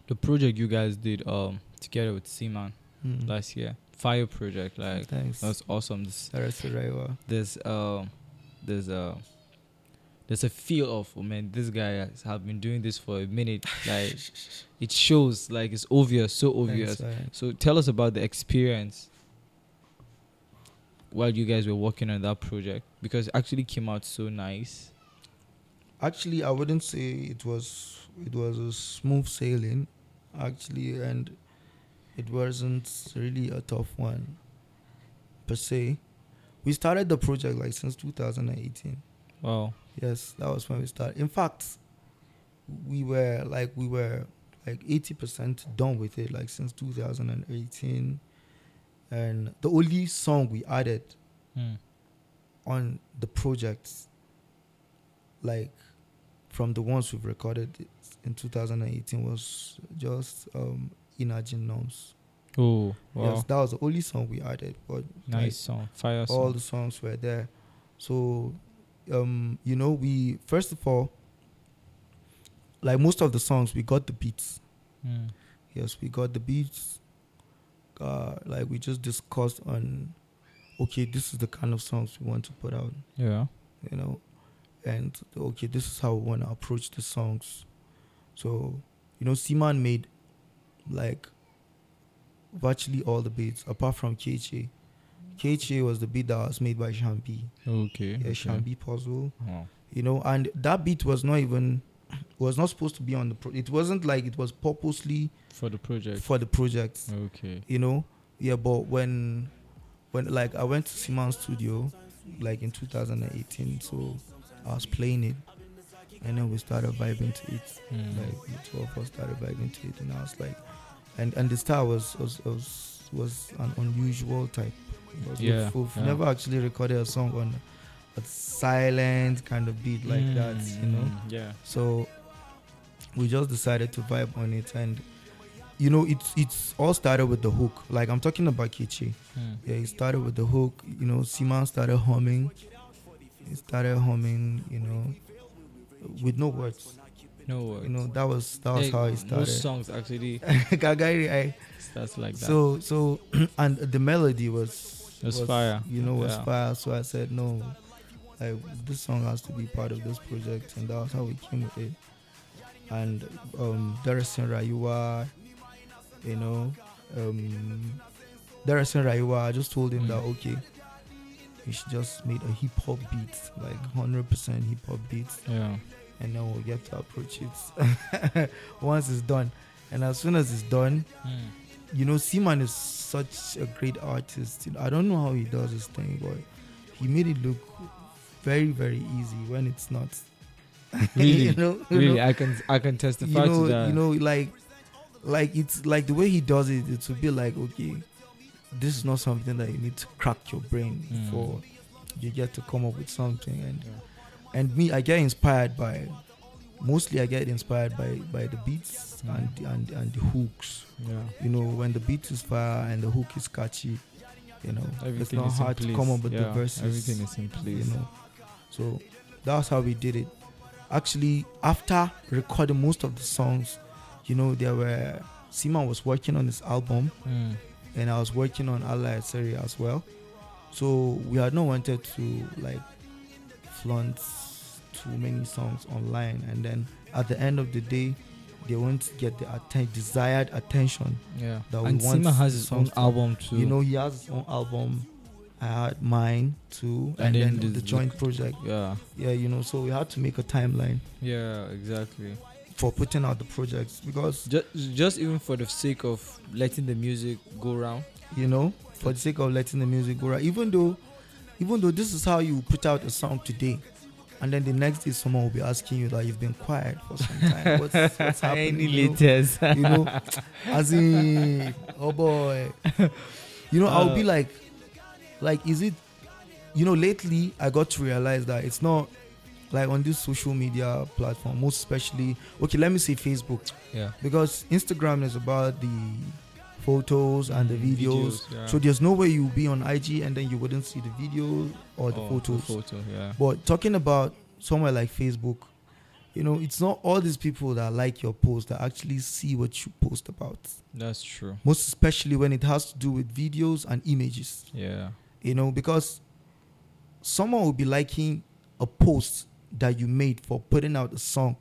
[SPEAKER 1] The project you guys did um together with Seaman
[SPEAKER 2] Mm.
[SPEAKER 1] last year, Fire Project, like
[SPEAKER 2] Thanks.
[SPEAKER 1] that's awesome. This,
[SPEAKER 2] Sarah Saraiwa.
[SPEAKER 1] there's um there's a there's a feel of oh man, this guy has have been doing this for a minute. Like it shows, like it's obvious, so obvious.
[SPEAKER 2] Thanks,
[SPEAKER 1] So
[SPEAKER 2] Sarah.
[SPEAKER 1] tell us about the experience while you guys were working on that project because it actually came out so nice.
[SPEAKER 2] Actually, I wouldn't say it was it was a smooth sailing, actually, and it wasn't really a tough one per se. We started the project like since 2018.
[SPEAKER 1] Wow.
[SPEAKER 2] Yes, that was when we started. In fact, we were like we were like 80% done with it like since 2018. And the only song we added
[SPEAKER 1] Hmm.
[SPEAKER 2] on the projects like from the ones we've recorded in 2018 was just um Inagin Norms.
[SPEAKER 1] Oh, wow.
[SPEAKER 2] Yes, that was the only song we added, but
[SPEAKER 1] nice
[SPEAKER 2] like,
[SPEAKER 1] song. Fire song.
[SPEAKER 2] all the songs were there. So um you know we first of all like most of the songs we got the beats.
[SPEAKER 1] Mm.
[SPEAKER 2] Yes, we got the beats. Uh like we just discussed on okay, this is the kind of songs we want to put out.
[SPEAKER 1] Yeah.
[SPEAKER 2] you know, and okay, this is how we want to approach the songs. So, you know, Seaman made like virtually all the beats apart from KHA. KHA was the beat that was made by Shambi,
[SPEAKER 1] Okay.
[SPEAKER 2] yeah,
[SPEAKER 1] okay.
[SPEAKER 2] Shambi Puzzle,
[SPEAKER 1] Wow.
[SPEAKER 2] you know, and that beat was not even was not supposed to be on the pro- it wasn't like it was purposely
[SPEAKER 1] For the project.
[SPEAKER 2] for the project,
[SPEAKER 1] Okay.
[SPEAKER 2] you know, yeah, but when when like I went to Seaman's studio like in 2018, so I was playing it, and then we started vibing to it.
[SPEAKER 1] Mm.
[SPEAKER 2] Like the two of us started vibing to it, and I was like, and and the style was was was, was an unusual type. It was-
[SPEAKER 1] Yeah,
[SPEAKER 2] we've- we've
[SPEAKER 1] yeah.
[SPEAKER 2] never actually recorded a song on a silent kind of beat like that,
[SPEAKER 1] Mm,
[SPEAKER 2] you know.
[SPEAKER 1] mm, Yeah.
[SPEAKER 2] So we just decided to vibe on it, and you know, it's it's all started with the hook. Like I'm talking about Kichi.
[SPEAKER 1] Mm.
[SPEAKER 2] Yeah, he started with the hook. You know, Seaman started humming. He started humming. You know, with no words.
[SPEAKER 1] No words.
[SPEAKER 2] You know, that was that was
[SPEAKER 1] Yeah,
[SPEAKER 2] how he
[SPEAKER 1] Most
[SPEAKER 2] started.
[SPEAKER 1] songs actually
[SPEAKER 2] Gagari, I,
[SPEAKER 1] starts like that.
[SPEAKER 2] so so, and the melody was
[SPEAKER 1] It was fire.
[SPEAKER 2] You know, was
[SPEAKER 1] Yeah.
[SPEAKER 2] fire. So I said no. Like this song has to be part of this project, and that was how we came with it. And um, Darasin Rayuwa, you know, um, Darasin Rayuwa, I just told him
[SPEAKER 1] Mm.
[SPEAKER 2] that okay, we should just made a hip hop beat, like hundred percent hip hop beat,
[SPEAKER 1] yeah.
[SPEAKER 2] and then we'll get to approach it once it's done. And as soon as it's done,
[SPEAKER 1] Mm.
[SPEAKER 2] you know, Seaman is such a great artist. You know, I don't know how he does his thing, but he made it look very, very easy when it's not.
[SPEAKER 1] Really?
[SPEAKER 2] you know, you
[SPEAKER 1] Really,
[SPEAKER 2] know,
[SPEAKER 1] I can I can
[SPEAKER 2] you
[SPEAKER 1] testify
[SPEAKER 2] know,
[SPEAKER 1] to that.
[SPEAKER 2] you know, like, like it's like the way he does it. It would be like, okay, this is not something that you need to crack your brain
[SPEAKER 1] Mm.
[SPEAKER 2] before you get to come up with something. And
[SPEAKER 1] Yeah.
[SPEAKER 2] and me, I get inspired by mostly I get inspired by by the beats
[SPEAKER 1] Mm.
[SPEAKER 2] and and and the hooks.
[SPEAKER 1] Yeah.
[SPEAKER 2] You know, when the beat is fire and the hook is catchy, you know, it's
[SPEAKER 1] Everything
[SPEAKER 2] not
[SPEAKER 1] is in
[SPEAKER 2] hard
[SPEAKER 1] place.
[SPEAKER 2] to come up with
[SPEAKER 1] yeah,
[SPEAKER 2] the verses.
[SPEAKER 1] Everything is in
[SPEAKER 2] you
[SPEAKER 1] place.
[SPEAKER 2] know. So that's how we did it. Actually, after recording most of the songs, you know, there were Seaman was working on his album
[SPEAKER 1] Mm.
[SPEAKER 2] and I was working on Allah Seri as well. So we had not wanted to like flaunt too many songs online and then at the end of the day they won't get the atten- desired attention.
[SPEAKER 1] Yeah.
[SPEAKER 2] That we
[SPEAKER 1] and
[SPEAKER 2] want
[SPEAKER 1] Sima has his own
[SPEAKER 2] something.
[SPEAKER 1] album too.
[SPEAKER 2] You know, he has his own album. I had mine too,
[SPEAKER 1] And
[SPEAKER 2] and,
[SPEAKER 1] then
[SPEAKER 2] then
[SPEAKER 1] the-
[SPEAKER 2] the joint project.
[SPEAKER 1] Yeah.
[SPEAKER 2] Yeah, you know, so we had to make a timeline
[SPEAKER 1] Yeah. Exactly.
[SPEAKER 2] for putting out the projects because
[SPEAKER 1] Just, just even for the sake of letting the music go round.
[SPEAKER 2] you know, for the sake of letting the music go right. Even though, even though this is how you put out a song today, and then the next day someone will be asking you that you've been quiet for some time. What's, what's happening? you know?
[SPEAKER 1] latest?
[SPEAKER 2] You know, as in, oh boy, you know, I'll be like, like, is it? You know, lately I got to realize that it's not like on this social media platform, most especially. Okay, let me say Facebook.
[SPEAKER 1] yeah.
[SPEAKER 2] because Instagram is about the photos and the Mm, videos.
[SPEAKER 1] Videos, yeah.
[SPEAKER 2] So there's no way you'll be on IG and then you wouldn't see the video or the
[SPEAKER 1] Oh,
[SPEAKER 2] photos.
[SPEAKER 1] photo, yeah.
[SPEAKER 2] But talking about somewhere like Facebook, you know, it's not all these people that like your post that actually see what you post about.
[SPEAKER 1] That's true.
[SPEAKER 2] Most especially when it has to do with videos and images.
[SPEAKER 1] Yeah.
[SPEAKER 2] You know, because someone will be liking a post that you made for putting out a song,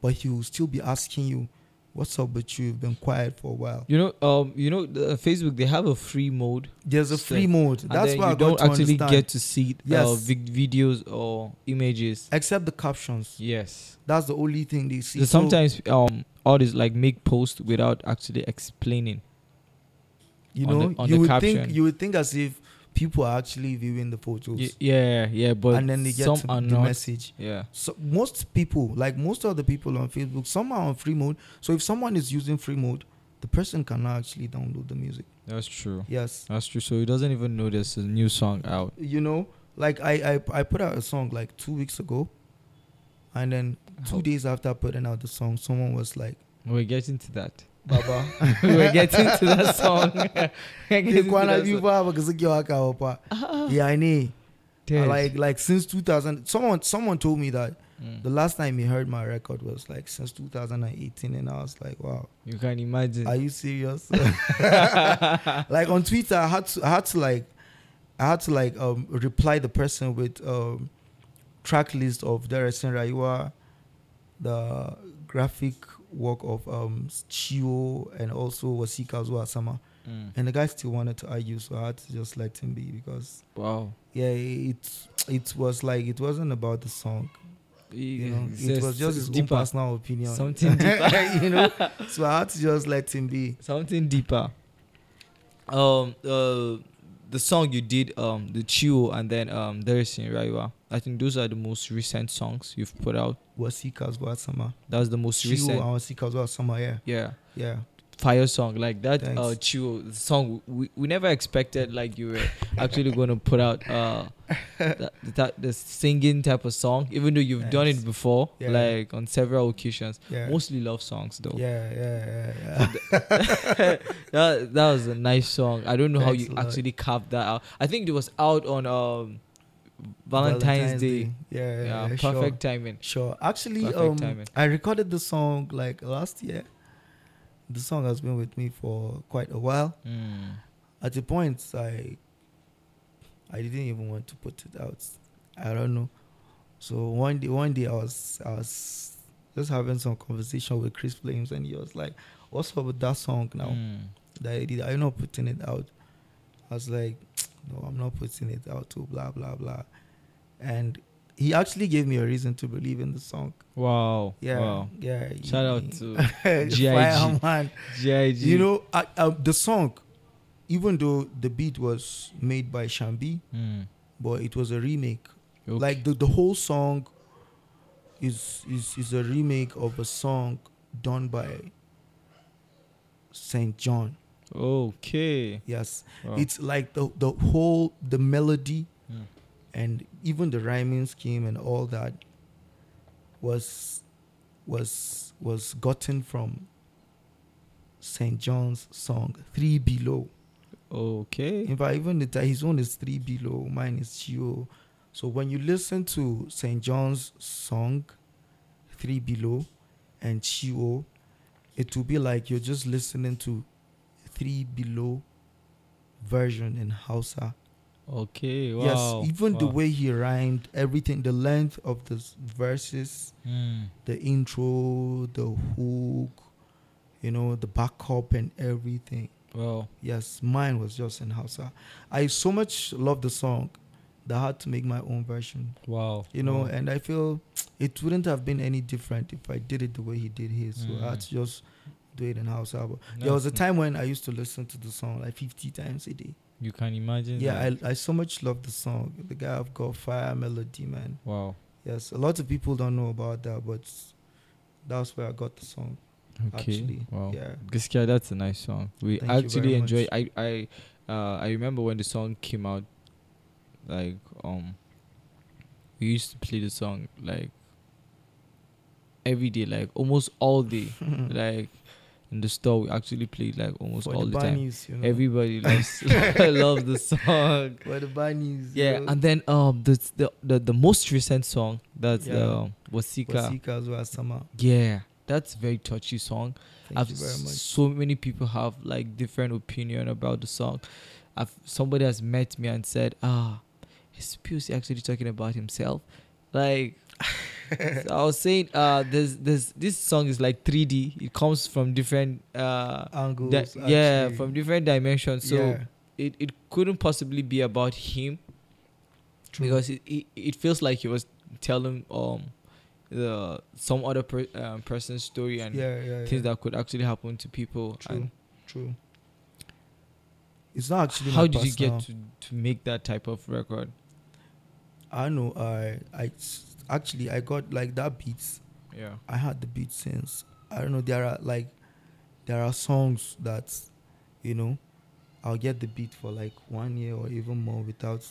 [SPEAKER 2] but he will still be asking you, What's up with you? You've been quiet for a while.
[SPEAKER 1] You know, um, you know, the Facebook they have a free mode.
[SPEAKER 2] There's a
[SPEAKER 1] Stay.
[SPEAKER 2] free mode.
[SPEAKER 1] and
[SPEAKER 2] That's
[SPEAKER 1] then
[SPEAKER 2] why
[SPEAKER 1] you
[SPEAKER 2] I got
[SPEAKER 1] don't
[SPEAKER 2] to
[SPEAKER 1] actually
[SPEAKER 2] understand.
[SPEAKER 1] get to see uh,
[SPEAKER 2] Yes.
[SPEAKER 1] vid- videos or images.
[SPEAKER 2] Except the captions.
[SPEAKER 1] Yes.
[SPEAKER 2] That's the only thing they see.
[SPEAKER 1] So
[SPEAKER 2] So-
[SPEAKER 1] sometimes um artists like make posts without actually explaining.
[SPEAKER 2] you
[SPEAKER 1] on
[SPEAKER 2] know
[SPEAKER 1] the- on
[SPEAKER 2] you
[SPEAKER 1] the
[SPEAKER 2] would
[SPEAKER 1] caption.
[SPEAKER 2] think you would think as if people are actually viewing the photos,
[SPEAKER 1] Y- yeah, yeah, but
[SPEAKER 2] and then they get
[SPEAKER 1] some
[SPEAKER 2] to
[SPEAKER 1] are
[SPEAKER 2] the
[SPEAKER 1] not.
[SPEAKER 2] message.
[SPEAKER 1] Yeah.
[SPEAKER 2] So most people, like most of the people on Facebook, some are on free mode. So if someone is using free mode, the person cannot actually download the music.
[SPEAKER 1] That's true.
[SPEAKER 2] Yes,
[SPEAKER 1] That's true. So he doesn't even know there's a new song out.
[SPEAKER 2] you know, like I I, I put out a song like two weeks ago, and then two days after putting out the song, someone was like,
[SPEAKER 1] We're getting to that.
[SPEAKER 2] "Baba."
[SPEAKER 1] We're getting to that song. We're getting
[SPEAKER 2] Take
[SPEAKER 1] to
[SPEAKER 2] one
[SPEAKER 1] that
[SPEAKER 2] of you,
[SPEAKER 1] song.
[SPEAKER 2] Baba, 'cause you are Kawapa. Yeah, I know.
[SPEAKER 1] Yes.
[SPEAKER 2] Like like since 2000, someone someone told me that
[SPEAKER 1] Mm.
[SPEAKER 2] the last time he heard my record was like since 2018, and I was like, wow,
[SPEAKER 1] you can imagine.
[SPEAKER 2] are you serious? like on Twitter, I had to I had to like I had to like um reply the person with um track list of Deresen Rayua, the graphic work of um Chio and also Wasikazu Asama.
[SPEAKER 1] Mm.
[SPEAKER 2] And the guy still wanted to argue, so I had to just let him be because
[SPEAKER 1] Wow.
[SPEAKER 2] yeah, it it was like it wasn't about the song, you know.
[SPEAKER 1] It's-
[SPEAKER 2] It was just his own
[SPEAKER 1] deeper.
[SPEAKER 2] personal opinion.
[SPEAKER 1] Something deeper.
[SPEAKER 2] you know. So I had to just let him be.
[SPEAKER 1] Something deeper. Um uh the song you did um the Chio and then um There's in Raiwa. I think those are the most recent songs you've put out.
[SPEAKER 2] Wasikas Wasama.
[SPEAKER 1] That's the most
[SPEAKER 2] Chio
[SPEAKER 1] recent.
[SPEAKER 2] and Wasikas Wasama, yeah.
[SPEAKER 1] Yeah.
[SPEAKER 2] Yeah.
[SPEAKER 1] Fire song like that
[SPEAKER 2] Thanks.
[SPEAKER 1] uh Chio the song we, we never expected like you were actually going to put out uh that, that the singing type of song even though you've done
[SPEAKER 2] Thanks.
[SPEAKER 1] it before
[SPEAKER 2] Yeah.
[SPEAKER 1] like on several occasions
[SPEAKER 2] Yeah.
[SPEAKER 1] mostly love songs though
[SPEAKER 2] yeah, yeah, yeah, yeah.
[SPEAKER 1] that, that was a nice song. I don't know how
[SPEAKER 2] Thanks a
[SPEAKER 1] you
[SPEAKER 2] lot.
[SPEAKER 1] actually carved that out. I think it was out on um, Valentine's, Day.
[SPEAKER 2] Yeah,
[SPEAKER 1] Yeah,
[SPEAKER 2] yeah, yeah, sure.
[SPEAKER 1] perfect timing.
[SPEAKER 2] Sure. Actually,
[SPEAKER 1] Perfect
[SPEAKER 2] um,
[SPEAKER 1] timing.
[SPEAKER 2] I recorded the song like last year. The song has been with me for quite a while.
[SPEAKER 1] Mm.
[SPEAKER 2] At the point, I, I didn't even want to put it out. I don't know. So one day, one day I was, I was just having some conversation with Chris Flames, and he was like, "What's up with that song now
[SPEAKER 1] Mm.
[SPEAKER 2] that I did? Are you not putting it out?" I was like, "No, I'm not putting it out." To blah blah blah, and he actually gave me a reason to believe in the song.
[SPEAKER 1] Wow.
[SPEAKER 2] Yeah,
[SPEAKER 1] Wow.
[SPEAKER 2] yeah.
[SPEAKER 1] Shout out to G.I.G..
[SPEAKER 2] Fireman.
[SPEAKER 1] G.I.G.
[SPEAKER 2] You know, I, I, the song, even though the beat was made by Shambi,
[SPEAKER 1] Mm.
[SPEAKER 2] but it was a remake.
[SPEAKER 1] Okay.
[SPEAKER 2] Like the, the whole song is, is is a remake of a song done by Saint John.
[SPEAKER 1] okay.
[SPEAKER 2] Yes,
[SPEAKER 1] Wow.
[SPEAKER 2] it's like the the whole the melody
[SPEAKER 1] Mm.
[SPEAKER 2] and even the rhyming scheme and all that was was was gotten from St. John's song Three Below.
[SPEAKER 1] Okay.
[SPEAKER 2] In fact, even the ti- his own is Three Below, mine is Geo. So when you listen to St. John's song Three Below and Chio, it will be like you're just listening to Three Below version in Hausa.
[SPEAKER 1] Okay. Wow.
[SPEAKER 2] Yes, even the
[SPEAKER 1] wow.
[SPEAKER 2] way he rhymed, everything, the length of the s- verses,
[SPEAKER 1] Mm.
[SPEAKER 2] the intro, the hook, you know, the backup and everything.
[SPEAKER 1] Wow.
[SPEAKER 2] Yes, mine was just in Hausa. I so much love the song that I had to make my own version,
[SPEAKER 1] Wow.
[SPEAKER 2] you know,
[SPEAKER 1] wow.
[SPEAKER 2] and I feel it wouldn't have been any different if I did it the way he did his. So I had
[SPEAKER 1] Mm.
[SPEAKER 2] to just do it in Hausa. But there
[SPEAKER 1] That's
[SPEAKER 2] was a
[SPEAKER 1] n-
[SPEAKER 2] time when I used to listen to the song like 50 times a day.
[SPEAKER 1] you can imagine.
[SPEAKER 2] Yeah,
[SPEAKER 1] like-
[SPEAKER 2] I, I so much love the song. The guy I've got fire melody, man.
[SPEAKER 1] wow.
[SPEAKER 2] Yes, a lot of people don't know about that, but that's where I got the song.
[SPEAKER 1] Okay.
[SPEAKER 2] Actually,
[SPEAKER 1] wow.
[SPEAKER 2] yeah.
[SPEAKER 1] Giskia, that's a nice song. We
[SPEAKER 2] Thank you
[SPEAKER 1] actually
[SPEAKER 2] very
[SPEAKER 1] enjoy. I I uh, I remember when the song came out, like um, we used to play the song like every day, like almost all day, like in the store. We actually played like almost
[SPEAKER 2] For
[SPEAKER 1] all the,
[SPEAKER 2] the
[SPEAKER 1] time.
[SPEAKER 2] bunnies, you know.
[SPEAKER 1] Everybody loves loves the song.
[SPEAKER 2] for the bunnies.
[SPEAKER 1] Yeah,
[SPEAKER 2] you know.
[SPEAKER 1] and then um the the the, the most recent song that
[SPEAKER 2] Yeah.
[SPEAKER 1] um, was
[SPEAKER 2] For
[SPEAKER 1] Sika.
[SPEAKER 2] Sika as well, Sama.
[SPEAKER 1] Yeah, that's a very touchy song.
[SPEAKER 2] Thank
[SPEAKER 1] I've
[SPEAKER 2] you very much.
[SPEAKER 1] so many people have like different opinion about the song. I've somebody has met me and said, "Ah, is Pusey actually talking about himself?" Like so I was saying, uh, this this this song is like 3D. It comes from different uh,
[SPEAKER 2] Angles,
[SPEAKER 1] di- yeah,
[SPEAKER 2] actually.
[SPEAKER 1] from different dimensions. So
[SPEAKER 2] Yeah,
[SPEAKER 1] it it couldn't possibly be about him
[SPEAKER 2] true.
[SPEAKER 1] because it, it it feels like he was telling um the some other per, um, person's story and
[SPEAKER 2] yeah, yeah, yeah.
[SPEAKER 1] things that could actually happen to people
[SPEAKER 2] true,
[SPEAKER 1] and
[SPEAKER 2] true. It's not actually.
[SPEAKER 1] how
[SPEAKER 2] my
[SPEAKER 1] did you
[SPEAKER 2] personal-
[SPEAKER 1] get to, to make that type of record
[SPEAKER 2] I know. I I s- actually I got like that beats.
[SPEAKER 1] yeah
[SPEAKER 2] I had the beat since I don't know. There are like there are songs that you know I'll get the beat for like one year or even more without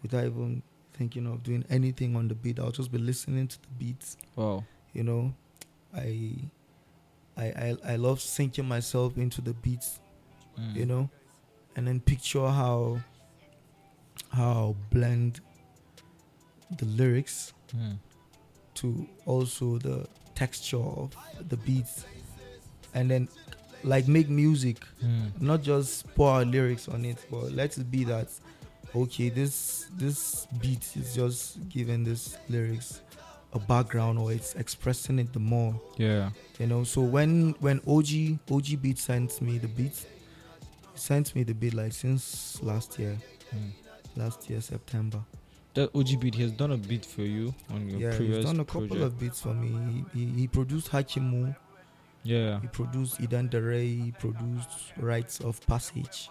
[SPEAKER 2] without even thinking of doing anything on the beat. I'll just be listening to the beats.
[SPEAKER 1] wow
[SPEAKER 2] You know, I I I, I love sinking myself into the beats.
[SPEAKER 1] Mm.
[SPEAKER 2] You know, and then picture how how I'll blend the lyrics
[SPEAKER 1] Mm.
[SPEAKER 2] to also the texture of the beats and then like make music
[SPEAKER 1] Mm.
[SPEAKER 2] not just pour our lyrics on it but let it be that okay this this beat is just giving this lyrics a background or it's expressing it the more
[SPEAKER 1] yeah
[SPEAKER 2] you know so when when og og beat sent me the beat sent me the beat like since last year
[SPEAKER 1] Mm.
[SPEAKER 2] last year september
[SPEAKER 1] that OG beat he has done a beat for you on your
[SPEAKER 2] yeah
[SPEAKER 1] previous
[SPEAKER 2] he's done a couple
[SPEAKER 1] project
[SPEAKER 2] of beats for me he, he, he produced hakimu
[SPEAKER 1] yeah
[SPEAKER 2] He produced Idan Dare, he produced Rites of Passage,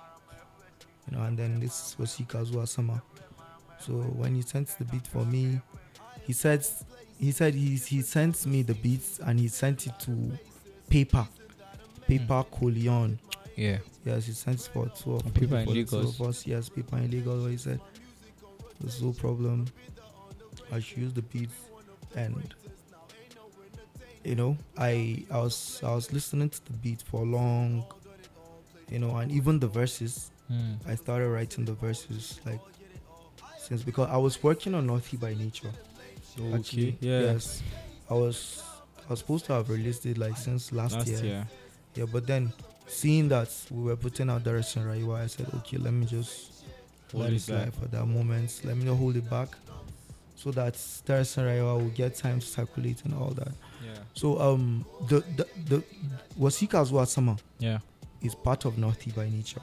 [SPEAKER 2] you know, and then this was Hikazu Asama. So when he sent the beat for me, he said he said he, he sent me the beats and he sent it to Paper, Paper Colion.
[SPEAKER 1] yeah
[SPEAKER 2] Yes, he sent it for two of
[SPEAKER 1] Paper in
[SPEAKER 2] for the two
[SPEAKER 1] Lagos.
[SPEAKER 2] of us. Yes, Paper in Lagos. Where he said there's no problem. I should use the beats and you know I I was I was listening to the beat for long you know and even the verses
[SPEAKER 1] Mm.
[SPEAKER 2] I started writing the verses like since because I was working on Northy by Nature
[SPEAKER 1] okay
[SPEAKER 2] actually
[SPEAKER 1] yeah
[SPEAKER 2] yes I was I was supposed to have released it like since last,
[SPEAKER 1] last
[SPEAKER 2] year.
[SPEAKER 1] year,
[SPEAKER 2] yeah but then seeing that we were putting out direction right I said okay let me just
[SPEAKER 1] Hold
[SPEAKER 2] let
[SPEAKER 1] it
[SPEAKER 2] it slide
[SPEAKER 1] back.
[SPEAKER 2] for that moment. Let me not hold it back so that Terrace and Raiwa will get time to circulate and all that.
[SPEAKER 1] yeah
[SPEAKER 2] So um the the, the Wasika Asama
[SPEAKER 1] yeah
[SPEAKER 2] is part of Northy by nature.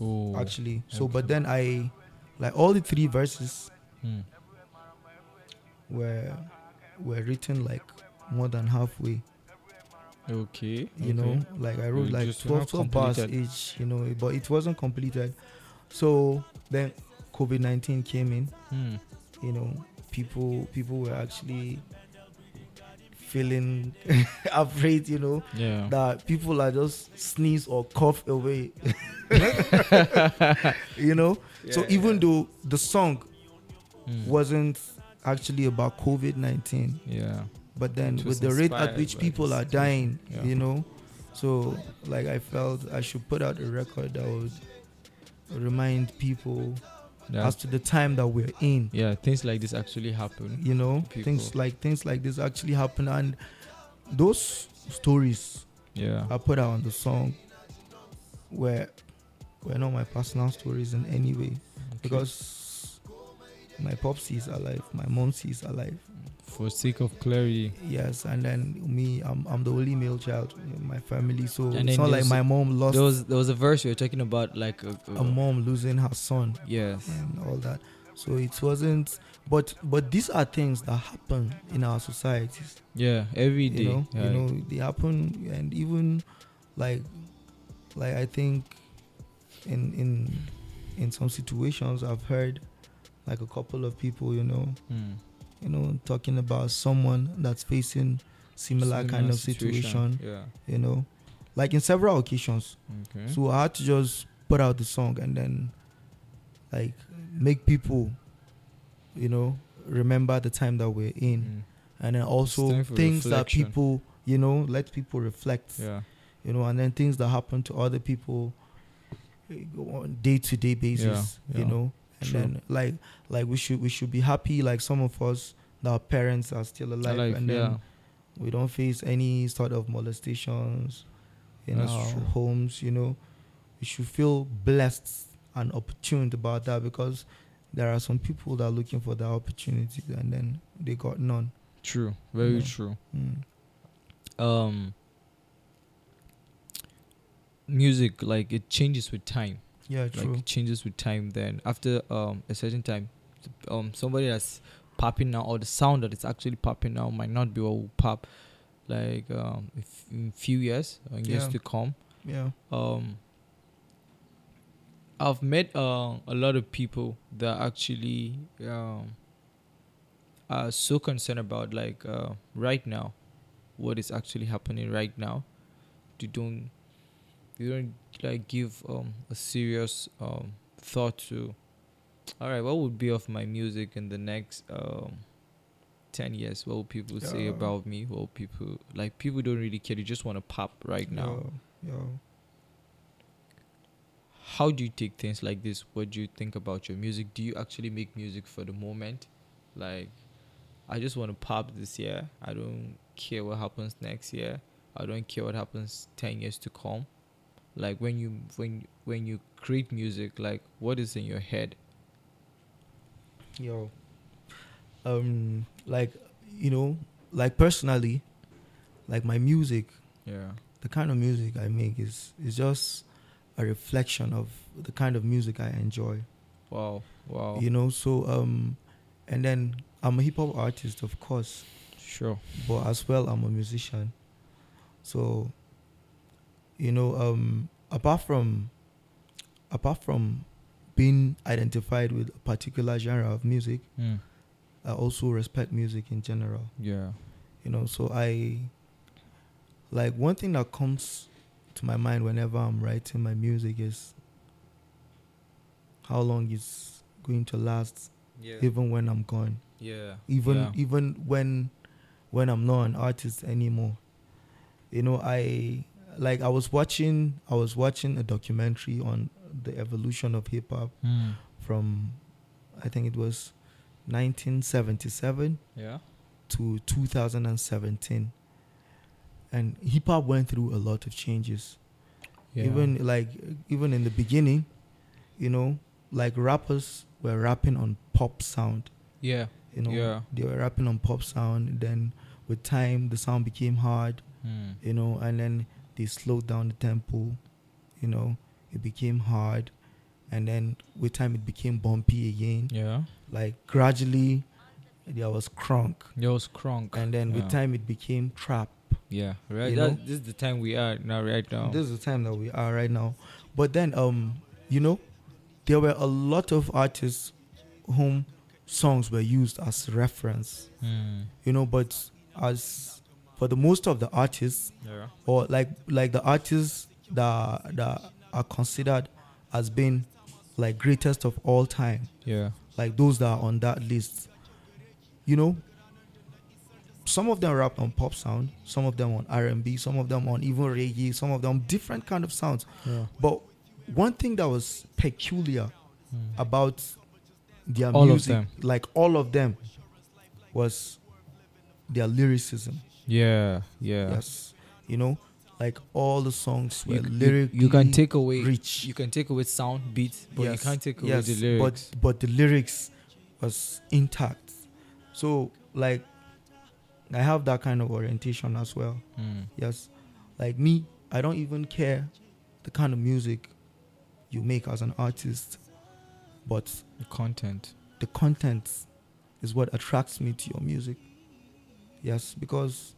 [SPEAKER 1] oh
[SPEAKER 2] Actually. So
[SPEAKER 1] okay.
[SPEAKER 2] but then I like all the three verses
[SPEAKER 1] Mm.
[SPEAKER 2] were were written like more than halfway.
[SPEAKER 1] okay
[SPEAKER 2] you know like i wrote
[SPEAKER 1] You
[SPEAKER 2] like
[SPEAKER 1] just
[SPEAKER 2] 12,
[SPEAKER 1] not
[SPEAKER 2] 12 bars
[SPEAKER 1] completed.
[SPEAKER 2] each you know but it wasn't completed so then covid-19 came in
[SPEAKER 1] mm.
[SPEAKER 2] you know people people were actually feeling afraid you know
[SPEAKER 1] yeah
[SPEAKER 2] that people are just sneeze or cough away you know so even though the song
[SPEAKER 1] Mm.
[SPEAKER 2] wasn't actually about covid-19
[SPEAKER 1] yeah
[SPEAKER 2] but then
[SPEAKER 1] It
[SPEAKER 2] with
[SPEAKER 1] was
[SPEAKER 2] the rate at
[SPEAKER 1] inspired
[SPEAKER 2] which
[SPEAKER 1] by
[SPEAKER 2] people
[SPEAKER 1] the
[SPEAKER 2] are dying
[SPEAKER 1] situation, yeah.
[SPEAKER 2] you know so like i felt i should put out a record that would remind people
[SPEAKER 1] That-
[SPEAKER 2] as to the time that we're in
[SPEAKER 1] yeah, things like this actually happen.
[SPEAKER 2] you know
[SPEAKER 1] People.
[SPEAKER 2] things like things like this actually happen and those stories
[SPEAKER 1] Yeah,
[SPEAKER 2] i put out on the song were were not my personal stories in any way
[SPEAKER 1] okay.
[SPEAKER 2] because my popsy is alive my momsy is alive
[SPEAKER 1] for sake of clarity,
[SPEAKER 2] Yes, and then me, I'm, I'm the only male child in my family, so
[SPEAKER 1] And
[SPEAKER 2] it's
[SPEAKER 1] then
[SPEAKER 2] not like
[SPEAKER 1] there's-
[SPEAKER 2] my mom lost
[SPEAKER 1] there was there was a verse you were talking about, like a, a-
[SPEAKER 2] a mom losing her son
[SPEAKER 1] yes,
[SPEAKER 2] and all that. So it wasn't, but but these are things that happen in our societies.
[SPEAKER 1] yeah, every day.
[SPEAKER 2] You know,
[SPEAKER 1] yeah.
[SPEAKER 2] you know they happen, and even like like I think in in in some situations I've heard like a couple of people, you know,
[SPEAKER 1] Mm.
[SPEAKER 2] you know, talking about someone that's facing similar, kind of situation
[SPEAKER 1] Yeah.
[SPEAKER 2] you know, like in several occasions.
[SPEAKER 1] Okay.
[SPEAKER 2] So I had to just put out the song and then, like, make people, you know, remember the time that we're in,
[SPEAKER 1] Mm.
[SPEAKER 2] and then also
[SPEAKER 1] time for
[SPEAKER 2] things
[SPEAKER 1] reflection.
[SPEAKER 2] that people, you know, let people reflect,
[SPEAKER 1] Yeah.
[SPEAKER 2] you know, and then things that happen to other people eh, on day to day basis,
[SPEAKER 1] Yeah,
[SPEAKER 2] you
[SPEAKER 1] yeah.
[SPEAKER 2] know, and
[SPEAKER 1] True.
[SPEAKER 2] then like like we should we should be happy like some of us that our parents are still alive,
[SPEAKER 1] Like,
[SPEAKER 2] and then
[SPEAKER 1] yeah.
[SPEAKER 2] we don't face any sort of molestations in
[SPEAKER 1] That's
[SPEAKER 2] our
[SPEAKER 1] true.
[SPEAKER 2] homes you know we should feel blessed and opportuned about that because there are some people that are looking for that opportunity and then they got none
[SPEAKER 1] True. Very
[SPEAKER 2] Yeah.
[SPEAKER 1] true.
[SPEAKER 2] Mm.
[SPEAKER 1] Um. Music like it changes with time.
[SPEAKER 2] yeah true
[SPEAKER 1] Like it changes with time. Then after um a certain time, um somebody that's popping now or the sound that is actually popping now might not be what will pop like um if in few years or in years
[SPEAKER 2] Yeah.
[SPEAKER 1] to come.
[SPEAKER 2] yeah
[SPEAKER 1] um I've met uh, a lot of people that actually um, are so concerned about like uh, right now, what is actually happening right now. They don't, they don't like give um, a serious um, thought to. All right, what would be of my music in the next um, ten years? What will people say
[SPEAKER 2] Yeah.
[SPEAKER 1] about me? What will people like? People don't really care. They just want to pop right now
[SPEAKER 2] yeah, yeah.
[SPEAKER 1] how do you take things like this what do you think about your music do you actually make music for the moment like i just want to pop this year i don't care what happens next year i don't care what happens 10 years to come like when you when when you create music like what is in your head
[SPEAKER 2] yo um like you know like personally like my music
[SPEAKER 1] yeah
[SPEAKER 2] the kind of music i make is is just a reflection of the kind of music i enjoy
[SPEAKER 1] wow wow
[SPEAKER 2] you know so um and then i'm a hip-hop artist of course
[SPEAKER 1] sure
[SPEAKER 2] but as well i'm a musician so you know um apart from apart from being identified with a particular genre of music
[SPEAKER 1] mm.
[SPEAKER 2] i also respect music in general
[SPEAKER 1] yeah
[SPEAKER 2] you know so i like one thing that comes to my mind whenever i'm writing my music is how long it's going to last
[SPEAKER 1] yeah
[SPEAKER 2] even when i'm gone
[SPEAKER 1] yeah
[SPEAKER 2] even even when when I'm not an artist anymore. You know, I like I was watching I was watching a documentary on the evolution of hip hop
[SPEAKER 1] mm.
[SPEAKER 2] from I think it was 1977
[SPEAKER 1] yeah
[SPEAKER 2] to 2017. And hip hop went through a lot of changes.
[SPEAKER 1] yeah
[SPEAKER 2] Even like even in the beginning, you know, like rappers were rapping on pop sound
[SPEAKER 1] yeah
[SPEAKER 2] you know
[SPEAKER 1] Yeah.
[SPEAKER 2] they were rapping on pop sound then with time the sound became hard
[SPEAKER 1] mm.
[SPEAKER 2] you know and then they slowed down the tempo you know it became hard and then with time it became bumpy again
[SPEAKER 1] yeah
[SPEAKER 2] like gradually there was crunk
[SPEAKER 1] yo crunk
[SPEAKER 2] and then with
[SPEAKER 1] Yeah.
[SPEAKER 2] time it became trap
[SPEAKER 1] Yeah, right.
[SPEAKER 2] You
[SPEAKER 1] That,
[SPEAKER 2] know?
[SPEAKER 1] this is the time we are now, right now.
[SPEAKER 2] this is the time that we are right now but then um you know there were a lot of artists whom songs were used as reference
[SPEAKER 1] Mm.
[SPEAKER 2] you know but as for the most of the artists
[SPEAKER 1] Yeah.
[SPEAKER 2] or like like the artists that that are considered as being like greatest of all time
[SPEAKER 1] Yeah.
[SPEAKER 2] like those that are on that list you know some of them rap on pop sound, some of them on R&B, some of them on even reggae, some of them different kind of sounds.
[SPEAKER 1] Yeah.
[SPEAKER 2] But one thing that was peculiar
[SPEAKER 1] Hmm.
[SPEAKER 2] about their
[SPEAKER 1] All of
[SPEAKER 2] music,
[SPEAKER 1] them.
[SPEAKER 2] like all of them, was their lyricism.
[SPEAKER 1] Yeah. Yeah.
[SPEAKER 2] Yes, you know, like all the songs were
[SPEAKER 1] You, you,
[SPEAKER 2] lyrically
[SPEAKER 1] you can take away
[SPEAKER 2] rich.
[SPEAKER 1] you can take away sound beats, but
[SPEAKER 2] Yes,
[SPEAKER 1] you can't take away
[SPEAKER 2] yes,
[SPEAKER 1] the lyrics.
[SPEAKER 2] But but the lyrics was intact. So like I have that kind of orientation as well.
[SPEAKER 1] Mm.
[SPEAKER 2] Yes. Like me, I don't even care the kind of music you make as an artist, but
[SPEAKER 1] The content.
[SPEAKER 2] the content is what attracts me to your music. Yes, because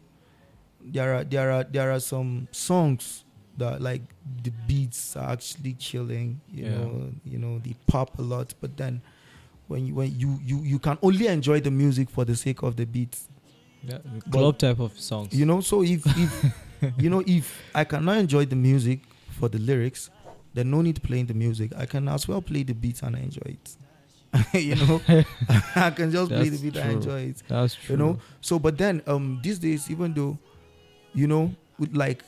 [SPEAKER 2] there are there are there are some songs that like the beats are actually chilling, you
[SPEAKER 1] Yeah.
[SPEAKER 2] know, you know, they pop a lot, but then when you when you, you you can only enjoy the music for the sake of the beats.
[SPEAKER 1] Yeah, the
[SPEAKER 2] But-
[SPEAKER 1] club type of songs.
[SPEAKER 2] You know, so if, if you know if I cannot enjoy the music for the lyrics, then no need playing the music. I can as well play the beats and enjoy it. you know, I can just play the
[SPEAKER 1] That's
[SPEAKER 2] beat and
[SPEAKER 1] true.
[SPEAKER 2] enjoy it.
[SPEAKER 1] That's true.
[SPEAKER 2] You know, so but then um these days even though, you know, with like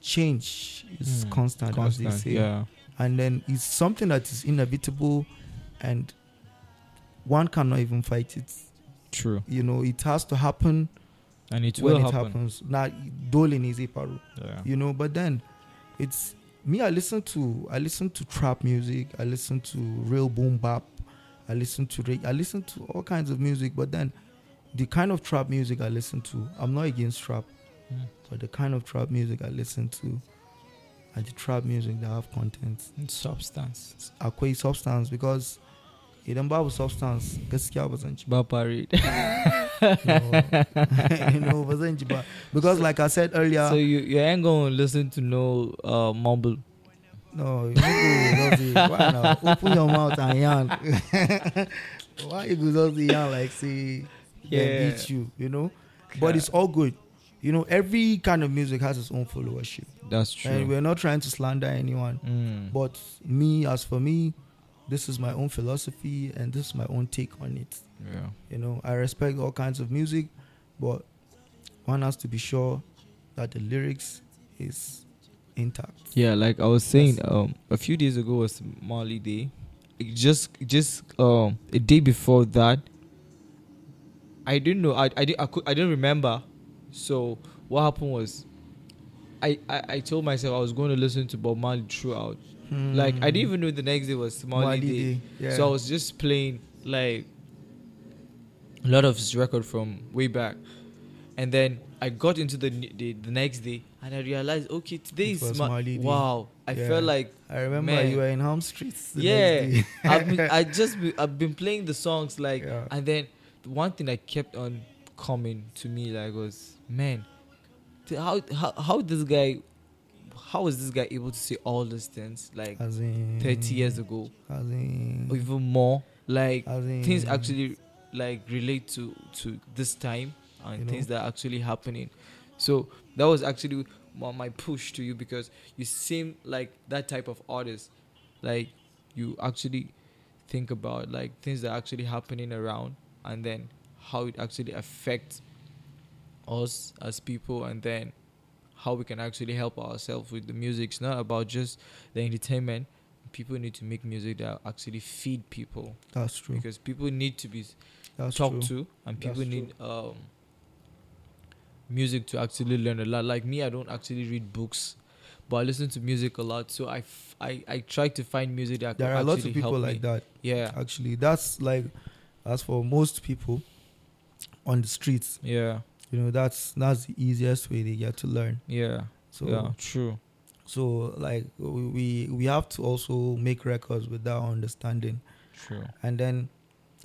[SPEAKER 2] change is
[SPEAKER 1] Hmm,
[SPEAKER 2] constant, as
[SPEAKER 1] constant.
[SPEAKER 2] they say,
[SPEAKER 1] Yeah.
[SPEAKER 2] and then it's something that is inevitable, and one cannot even fight it.
[SPEAKER 1] True.
[SPEAKER 2] You know, it has to happen
[SPEAKER 1] And it
[SPEAKER 2] when
[SPEAKER 1] will
[SPEAKER 2] it
[SPEAKER 1] happen.
[SPEAKER 2] happens. Now, Dolin is a paru
[SPEAKER 1] Yeah.
[SPEAKER 2] you know but then it's me i listen to i listen to trap music i listen to real boom bap i listen to reg- i listen to all kinds of music but then the kind of trap music i listen to i'm not against trap
[SPEAKER 1] Mm.
[SPEAKER 2] but the kind of trap music i listen to and the trap music that have content
[SPEAKER 1] And Substance.
[SPEAKER 2] akwai substance because idan babu substance gaskiya ba zan ci
[SPEAKER 1] Ba parade.
[SPEAKER 2] ba you know ba zan ji ba because like i said earlier
[SPEAKER 1] So you, you ain't gonna listen to no uh mumble.
[SPEAKER 2] No, you go just dey- why now? Open your mouth and yarn. why you go just dey yarn like say they
[SPEAKER 1] Yeah.
[SPEAKER 2] beat you, you know? But it's all good. You know, every kind of music has its own followership.
[SPEAKER 1] That's true.
[SPEAKER 2] And we're not trying to slander anyone.
[SPEAKER 1] Mm.
[SPEAKER 2] But me, as for me, this is my own philosophy and this is my own take on it.
[SPEAKER 1] yeah.
[SPEAKER 2] You know, I respect all kinds of music, but one has to be sure that the lyrics is intact.
[SPEAKER 1] Yeah, like I was saying,
[SPEAKER 2] Yes.
[SPEAKER 1] um, a few days ago was Mali Day. It just, just um, a day before that, I didn't know. I, I, did, I, could, I didn't remember. So what happened was, I, I, I told myself I was going to listen to Bob Marley throughout. Like I
[SPEAKER 2] Mm.
[SPEAKER 1] didn't even know the next day was Mali, Day.
[SPEAKER 2] Yeah.
[SPEAKER 1] So I was just playing like a lot of his record from way back, and then I got into the n- the, the next day and I realized okay today
[SPEAKER 2] It
[SPEAKER 1] is
[SPEAKER 2] was
[SPEAKER 1] Ma-
[SPEAKER 2] Mali Day.
[SPEAKER 1] wow. I
[SPEAKER 2] Yeah.
[SPEAKER 1] felt like
[SPEAKER 2] I remember
[SPEAKER 1] Man.
[SPEAKER 2] you were in Home Streets. the next
[SPEAKER 1] yeah
[SPEAKER 2] day.
[SPEAKER 1] I've been, I just be, I've been playing the songs like
[SPEAKER 2] Yeah.
[SPEAKER 1] and then the one thing that kept on coming to me like was man th- how how how this guy how was this guy able to say all these things like
[SPEAKER 2] As in,
[SPEAKER 1] 30
[SPEAKER 2] Mm.
[SPEAKER 1] years ago
[SPEAKER 2] As in,
[SPEAKER 1] or even more like
[SPEAKER 2] as in,
[SPEAKER 1] things actually like relate to to this time and
[SPEAKER 2] You know?
[SPEAKER 1] things that are actually happening so that was actually my, my push to you because you seem like that type of artist like you actually think about like things that are actually happening around and then how it actually affects us as people and then how we can actually help ourselves with the music it's not about just the entertainment people need to make music that actually feed people
[SPEAKER 2] That's true.
[SPEAKER 1] because people need to be
[SPEAKER 2] Hmm. That's
[SPEAKER 1] talked
[SPEAKER 2] true.
[SPEAKER 1] to and
[SPEAKER 2] That's
[SPEAKER 1] people need um music to actually learn a lot like me i don't actually read books but i listen to music a lot so i f- I, I try to find music that
[SPEAKER 2] There
[SPEAKER 1] could
[SPEAKER 2] are lots
[SPEAKER 1] actually
[SPEAKER 2] of people
[SPEAKER 1] help
[SPEAKER 2] like
[SPEAKER 1] me.
[SPEAKER 2] that.
[SPEAKER 1] yeah
[SPEAKER 2] Actually, that's like, as for most people on the streets,
[SPEAKER 1] yeah
[SPEAKER 2] you know, that's that's the easiest way they get to learn.
[SPEAKER 1] yeah
[SPEAKER 2] So,
[SPEAKER 1] yeah true
[SPEAKER 2] so like we, we we have to also make records with that understanding,
[SPEAKER 1] true
[SPEAKER 2] and then,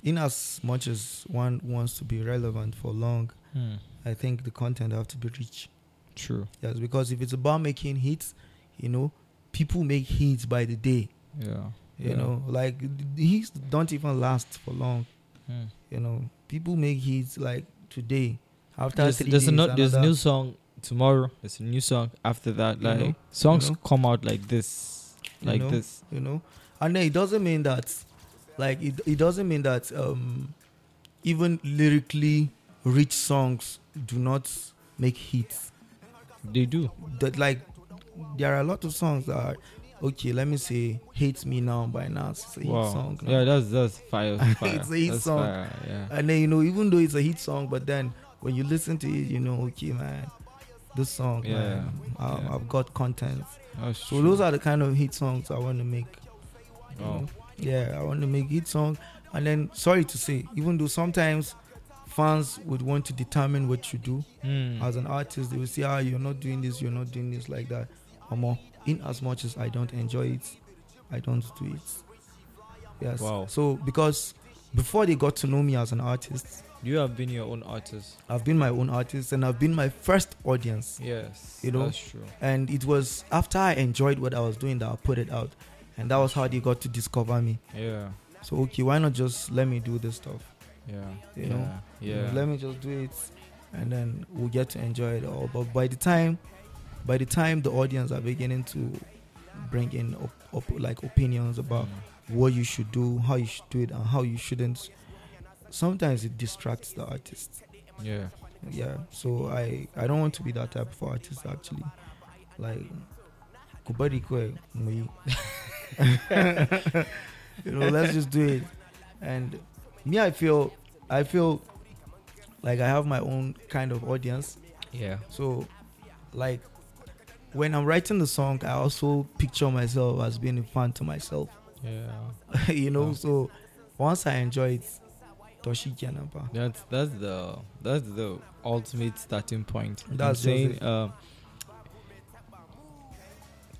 [SPEAKER 2] in as much as one wants to be relevant for long,
[SPEAKER 1] Hmm.
[SPEAKER 2] I think the content have to be rich.
[SPEAKER 1] true
[SPEAKER 2] Yes, because if it's about making hits, you know, people make hits by the day.
[SPEAKER 1] yeah
[SPEAKER 2] You
[SPEAKER 1] Yeah.
[SPEAKER 2] know, like the hits don't even last for long.
[SPEAKER 1] Hmm.
[SPEAKER 2] You know, people make hits like today. After
[SPEAKER 1] there's,
[SPEAKER 2] three
[SPEAKER 1] there's,
[SPEAKER 2] days,
[SPEAKER 1] a no, there's a
[SPEAKER 2] another-
[SPEAKER 1] new song tomorrow there's a new song after that
[SPEAKER 2] You
[SPEAKER 1] like
[SPEAKER 2] know,
[SPEAKER 1] songs
[SPEAKER 2] know.
[SPEAKER 1] come out like this
[SPEAKER 2] You
[SPEAKER 1] like
[SPEAKER 2] know.
[SPEAKER 1] this
[SPEAKER 2] you know, and then it doesn't mean that, like, it it doesn't mean that um, even lyrically rich songs do not make hits.
[SPEAKER 1] They do.
[SPEAKER 2] That like there are a lot of songs that are okay. Let me say "Hate Me Now" by Nas. It's a hit
[SPEAKER 1] wow.
[SPEAKER 2] song. no?
[SPEAKER 1] Yeah, that's that's fire. fire.
[SPEAKER 2] It's a hit
[SPEAKER 1] That's
[SPEAKER 2] song.
[SPEAKER 1] fire, Yeah.
[SPEAKER 2] And then you know, even though it's a hit song, but then when you listen to it, you know, okay, man, this song,
[SPEAKER 1] Yeah,
[SPEAKER 2] man, um,
[SPEAKER 1] yeah.
[SPEAKER 2] I've got content.
[SPEAKER 1] That's
[SPEAKER 2] So
[SPEAKER 1] true.
[SPEAKER 2] those are the kind of hit songs I want to make. you
[SPEAKER 1] Wow.
[SPEAKER 2] know? Yeah, I want to make hit song. And then, sorry to say, even though sometimes fans would want to determine what you do
[SPEAKER 1] Hmm.
[SPEAKER 2] as an artist, they will say, ah, you're not doing this, you're not doing this like that. Or more, in as much as I don't enjoy it, I don't do it. Yes.
[SPEAKER 1] Wow.
[SPEAKER 2] So because before they got to know me as an artist,
[SPEAKER 1] You have been your own artist.
[SPEAKER 2] I've been my own artist and I've been my first audience.
[SPEAKER 1] Yes.
[SPEAKER 2] You know?
[SPEAKER 1] That's true.
[SPEAKER 2] And it was after I enjoyed what I was doing that I put it out. And that was how they got to discover me.
[SPEAKER 1] Yeah.
[SPEAKER 2] So, okay, why not just let me do this stuff?
[SPEAKER 1] Yeah.
[SPEAKER 2] You
[SPEAKER 1] yeah.
[SPEAKER 2] know? You know,
[SPEAKER 1] Yeah.
[SPEAKER 2] let me just do it and then we'll get to enjoy it all. But by the time, by the time the audience are beginning to bring in op- op- like opinions about
[SPEAKER 1] Hmm.
[SPEAKER 2] what you should do, how you should do it, and how you shouldn't, sometimes it distracts the artist.
[SPEAKER 1] Yeah.
[SPEAKER 2] yeah so i i don't want to be that type of artist actually like kubari kwe mwi. you know let's just do it and me i feel i feel like i have my own kind of audience
[SPEAKER 1] Yeah.
[SPEAKER 2] so like when i'm writing the song i also picture myself as being a fan to myself
[SPEAKER 1] Yeah.
[SPEAKER 2] you know
[SPEAKER 1] Yeah.
[SPEAKER 2] so once i enjoy it toshi kenapa
[SPEAKER 1] That's that's the that's the ultimate starting point. I'm
[SPEAKER 2] That's just
[SPEAKER 1] saying
[SPEAKER 2] it.
[SPEAKER 1] um,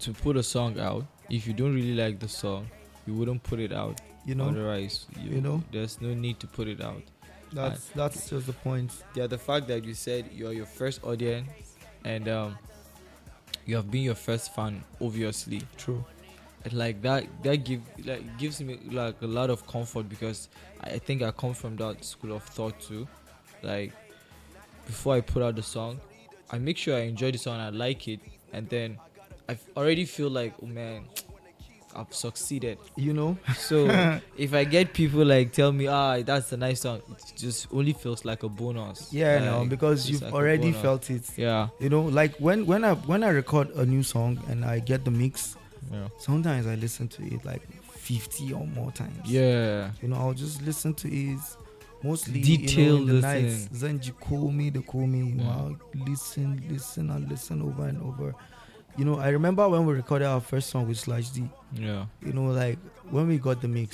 [SPEAKER 1] to put a song out. If you don't really like the song, you wouldn't put it out.
[SPEAKER 2] you know
[SPEAKER 1] Otherwise, you,
[SPEAKER 2] You know?
[SPEAKER 1] there's no need to put it out.
[SPEAKER 2] that's that's just the point
[SPEAKER 1] Yeah, the fact that you said you're your first audience and um, you have been your first fan, obviously,
[SPEAKER 2] true
[SPEAKER 1] And, like that that give like gives me like a lot of comfort because I I think I come from that school of thought too. Like before I put out the song, I make sure I enjoy the song, I like it, and then I already feel like oh man, I've succeeded.
[SPEAKER 2] you know
[SPEAKER 1] So if I get people like tell me ah that's a nice song, it just only feels like a bonus.
[SPEAKER 2] yeah no
[SPEAKER 1] Like,
[SPEAKER 2] because
[SPEAKER 1] it's
[SPEAKER 2] you've
[SPEAKER 1] like a
[SPEAKER 2] already
[SPEAKER 1] bonus.
[SPEAKER 2] felt it
[SPEAKER 1] Yeah.
[SPEAKER 2] you know like when when i when i record a new song and i get the mix
[SPEAKER 1] Yeah.
[SPEAKER 2] sometimes i listen to it like 50 or more times
[SPEAKER 1] Yeah.
[SPEAKER 2] you know i'll just listen to it mostly
[SPEAKER 1] Detailed
[SPEAKER 2] you know, in the nights
[SPEAKER 1] listening.
[SPEAKER 2] then you call me they call me you know
[SPEAKER 1] Yeah.
[SPEAKER 2] i'll listen listen and listen over and over you know i remember when we recorded our first song with slash d
[SPEAKER 1] Yeah.
[SPEAKER 2] you know like when we got the mix